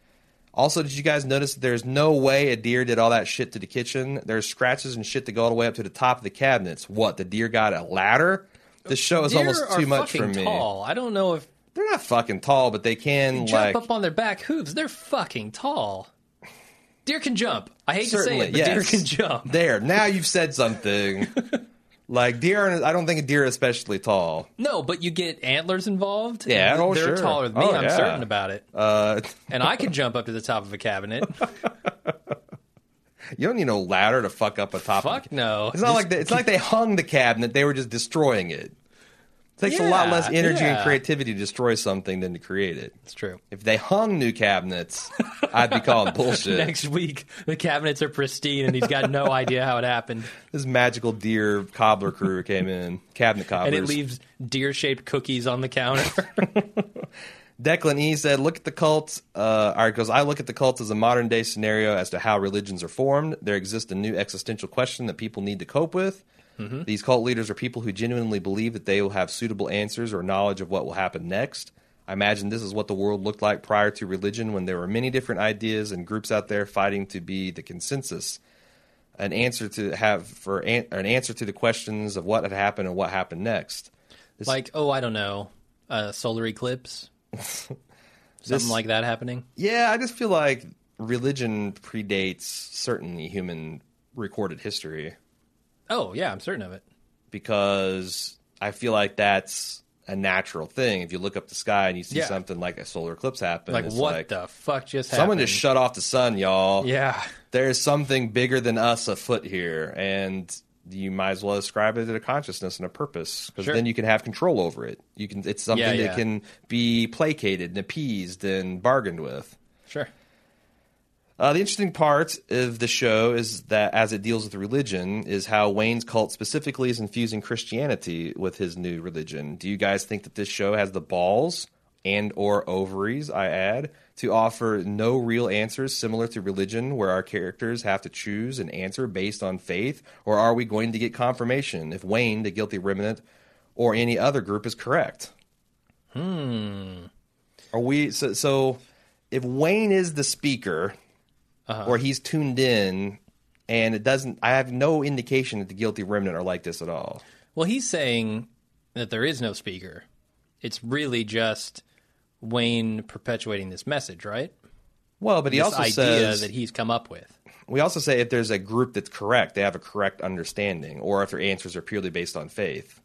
S2: Also, did you guys notice that there's no way a deer did all that shit to the kitchen? There's scratches and shit that go all the way up to the top of the cabinets. What? The deer got a ladder? This show is
S1: Deer
S2: almost
S1: are
S2: too much for
S1: fucking
S2: me.
S1: Tall. I don't know if
S2: They're not fucking tall, but they can
S1: jump
S2: like
S1: up on their back hooves. They're fucking tall. Deer can jump. I hate
S2: certainly.
S1: to say it, but
S2: yes,
S1: deer can jump.
S2: [laughs] There, now you've
S1: [laughs]
S2: said something. like deer, aren't- I don't think a deer is especially tall.
S1: No, but you get antlers involved.
S2: Yeah, oh,
S1: they're
S2: sure.
S1: taller than me.
S2: Oh,
S1: I'm
S2: yeah.
S1: certain about it.
S2: Uh, [laughs]
S1: and I can jump up to the top of a cabinet.
S2: you don't need no ladder to fuck up a top.
S1: Fuck no.
S2: It's not like they, it's not like they hung the cabinet; they were just destroying it. takes a lot
S1: Yeah,
S2: less energy
S1: yeah.
S2: and creativity to destroy something than to create it.
S1: It's true.
S2: If they hung new cabinets, I'd
S1: [laughs]
S2: be calling bullshit.
S1: Next week, the cabinets are pristine, and he's got
S2: [laughs]
S1: no idea how it happened.
S2: This magical deer cobbler crew came in, cabinet cobblers.
S1: And it leaves deer-shaped cookies on the counter.
S2: Declan E said, "Look at the cults." Uh, all right, goes. I look at the cults as a modern day scenario as to how religions are formed. There exists a new existential question that people need to cope with. These cult leaders are people who genuinely believe that they will have suitable answers or knowledge of what will happen next. I imagine this is what the world looked like prior to religion, when there were many different ideas and groups out there fighting to be the consensus, an answer to have for an, an answer to the questions of what had happened and what happened next. [laughs] This,
S1: like, oh, I don't know, a solar
S2: [laughs]
S1: eclipse, something
S2: This-
S1: like that happening.
S2: Yeah, I just feel like religion predates certainly human recorded history
S1: Oh yeah, I'm certain of it.
S2: because I feel like that's a natural thing. If you look up the sky and you see
S1: Yeah.
S2: something like a solar eclipse happen,
S1: Like,
S2: it's
S1: what
S2: like
S1: the fuck just happened?
S2: someone just shut off the sun, y'all.
S1: yeah,
S2: [laughs] There is something bigger than us afoot here, and you might as well ascribe it to a consciousness and a purpose because
S1: Sure.
S2: then you can have control over it. You can it's something
S1: Yeah, yeah.
S2: that can be placated and appeased and bargained with.
S1: sure.
S2: Uh, the interesting part of the show is that, as it deals with religion, is how Wayne's cult specifically is infusing Christianity with his new religion. Do you guys think that this show has the balls and or ovaries? I add to offer no real answers similar to religion, where our characters have to choose an answer based on faith, or are we going to get confirmation if Wayne, the guilty remnant, or any other group is correct? Are we so? so if Wayne is the speaker, or he's tuned in, and it doesn't, I have no indication that the guilty remnant are like this at all.
S1: Well, he's saying that there is no speaker. It's really just Wayne perpetuating this message, right?
S2: Well, but he
S1: This
S2: also
S1: idea
S2: says
S1: that he's come up with.
S2: we also say if there's a group that's correct, they have a correct understanding, or if their answers are purely based on faith.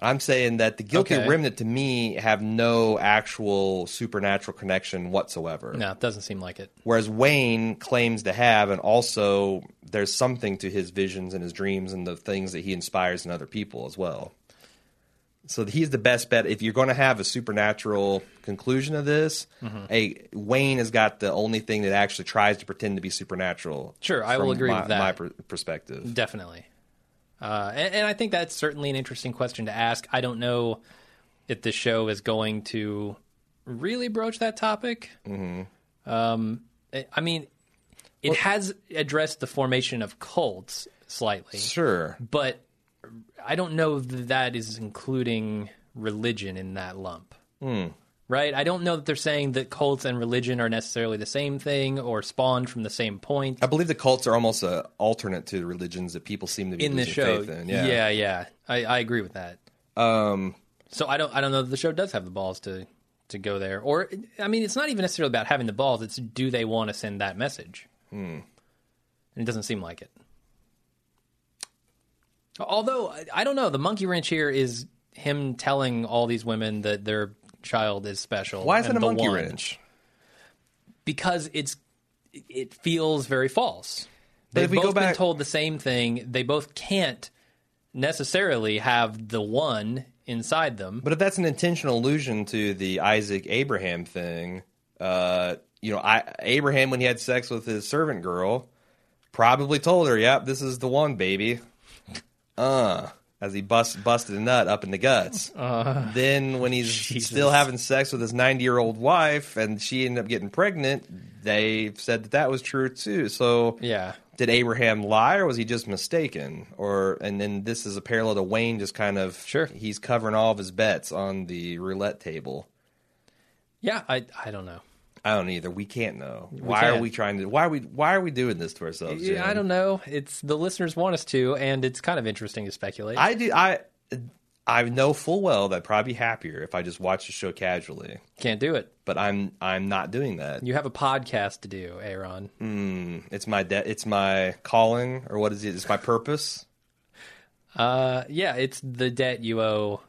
S2: I'm saying that the guilty
S1: Okay.
S2: remnant to me have no actual supernatural connection whatsoever.
S1: No, it doesn't seem like it.
S2: whereas Wayne claims to have, and also there's something to his visions and his dreams and the things that he inspires in other people as well. So he's the best bet. If you're going to have a supernatural conclusion of this,
S1: Mm-hmm.
S2: a Wayne has got the only thing that actually tries to pretend to be supernatural.
S1: Sure, I will
S2: from
S1: agree
S2: my,
S1: with that.
S2: My per- perspective.
S1: Definitely. Uh, and, and I think that's certainly an interesting question to ask. I don't know if the show is going to really broach that topic. Mm-hmm. Um, I- I mean, it has addressed the formation of cults slightly,
S2: Sure.
S1: but I don't know that that is including religion in that lump. Right? I don't know that they're saying that cults and religion are necessarily the same thing or spawned from the same point.
S2: I believe the cults are almost a alternate to the religions that people seem to be
S1: in the
S2: losing
S1: show.
S2: faith in.
S1: yeah, yeah, I, I agree with that.
S2: Um,
S1: So I don't I don't know that the show does have the balls to to go there. Or I mean, it's not even necessarily about having the balls. It's do they want to send that message?
S2: Hmm.
S1: And it doesn't seem like it. Although I- I don't know, the monkey wrench here is him telling all these women that their child is special.
S2: why is it
S1: and
S2: a
S1: the
S2: monkey
S1: one.
S2: wrench?
S1: Because it's it feels very false.
S2: But
S1: They've
S2: if we
S1: both
S2: go
S1: been
S2: back-
S1: told the same thing. They both can't necessarily have the one inside them.
S2: But if that's an intentional allusion to the Isaac Abraham thing, uh, you know, I, Abraham when he had sex with his servant girl, probably told her, "Yep, this is the one, baby." Uh, as he bust, busted a nut up in the guts. then when he's still having sex with his ninety-year-old wife, and she ended up getting pregnant, they said that that was true too. So
S1: Yeah.
S2: did Abraham lie or was he just mistaken? Or and then this is a parallel to Wayne just kind of
S1: Sure.
S2: he's covering all of his bets on the roulette table.
S1: Yeah, I I don't know.
S2: I don't either. We can't know. why are
S1: can't.
S2: we trying to why are we why are we doing this to ourselves? Jim?
S1: Yeah, I don't know. It's the listeners want us to, and it's kind of interesting to speculate.
S2: I do I I know full well that I'd probably be happier if I just watched the show casually.
S1: Can't do it.
S2: But I'm I'm not doing that.
S1: You have a podcast to do, Aaron.
S2: It's my de- it's my calling or what is it? It's my purpose.
S1: Uh, yeah, it's the debt you owe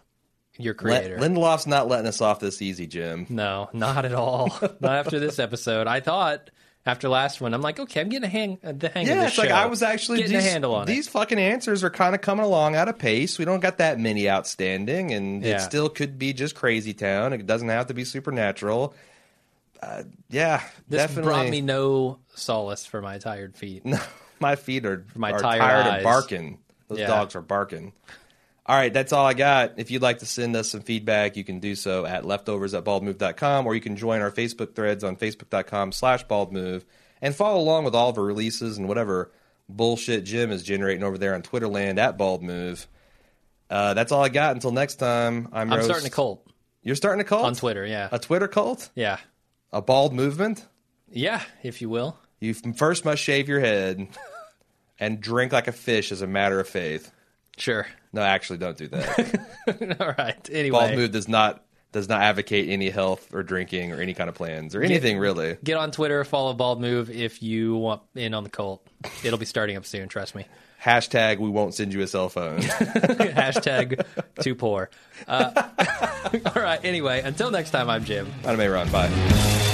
S1: your
S2: Let,
S1: creator.
S2: Lindelof's not letting us off this easy, Jim.
S1: [laughs] no, not at all. not after this episode. I thought after last one. I'm like, okay, I'm getting a hang uh, the hang of
S2: Yeah,
S1: this
S2: it's like
S1: show.
S2: I was actually
S1: getting
S2: these,
S1: a handle on
S2: these
S1: it.
S2: fucking answers are kind of coming along at a pace. We don't got that many outstanding, and
S1: Yeah.
S2: it still could be just Crazy Town. It doesn't have to be supernatural. Uh, yeah,
S1: This
S2: definitely.
S1: brought me no solace for my tired feet.
S2: No, [laughs] my feet are,
S1: my
S2: are
S1: tired
S2: tired
S1: eyes.
S2: of barking. Those
S1: Yeah.
S2: dogs are barking. All right, that's all I got. If you'd like to send us some feedback, you can do so at leftovers at baldmove.com or you can join our Facebook threads on facebook.com slash baldmove and follow along with all of our releases and whatever bullshit Jim is generating over there on Twitterland at baldmove. Uh, that's all I got. Until next time, I'm,
S1: I'm
S2: Roast.
S1: starting a cult
S2: You're starting a cult?
S1: on Twitter. Yeah,
S2: A Twitter cult?
S1: yeah,
S2: A bald movement?
S1: yeah, if you will.
S2: You first must shave your head and drink like a fish as a matter of faith.
S1: Sure.
S2: No, actually, don't do that.
S1: [laughs] All right.
S2: Bald
S1: Anyway,
S2: Move does not does not advocate any health or drinking or any kind of plans or anything really.
S1: get on Twitter, follow Bald Move if you want in on the cult. It'll be starting up soon. Trust me. [laughs]
S2: Hashtag we won't send you a cell phone.
S1: Hashtag too [laughs] poor. Uh, all right. Anyway, until next time, I'm Jim.
S2: Anime run. Bye.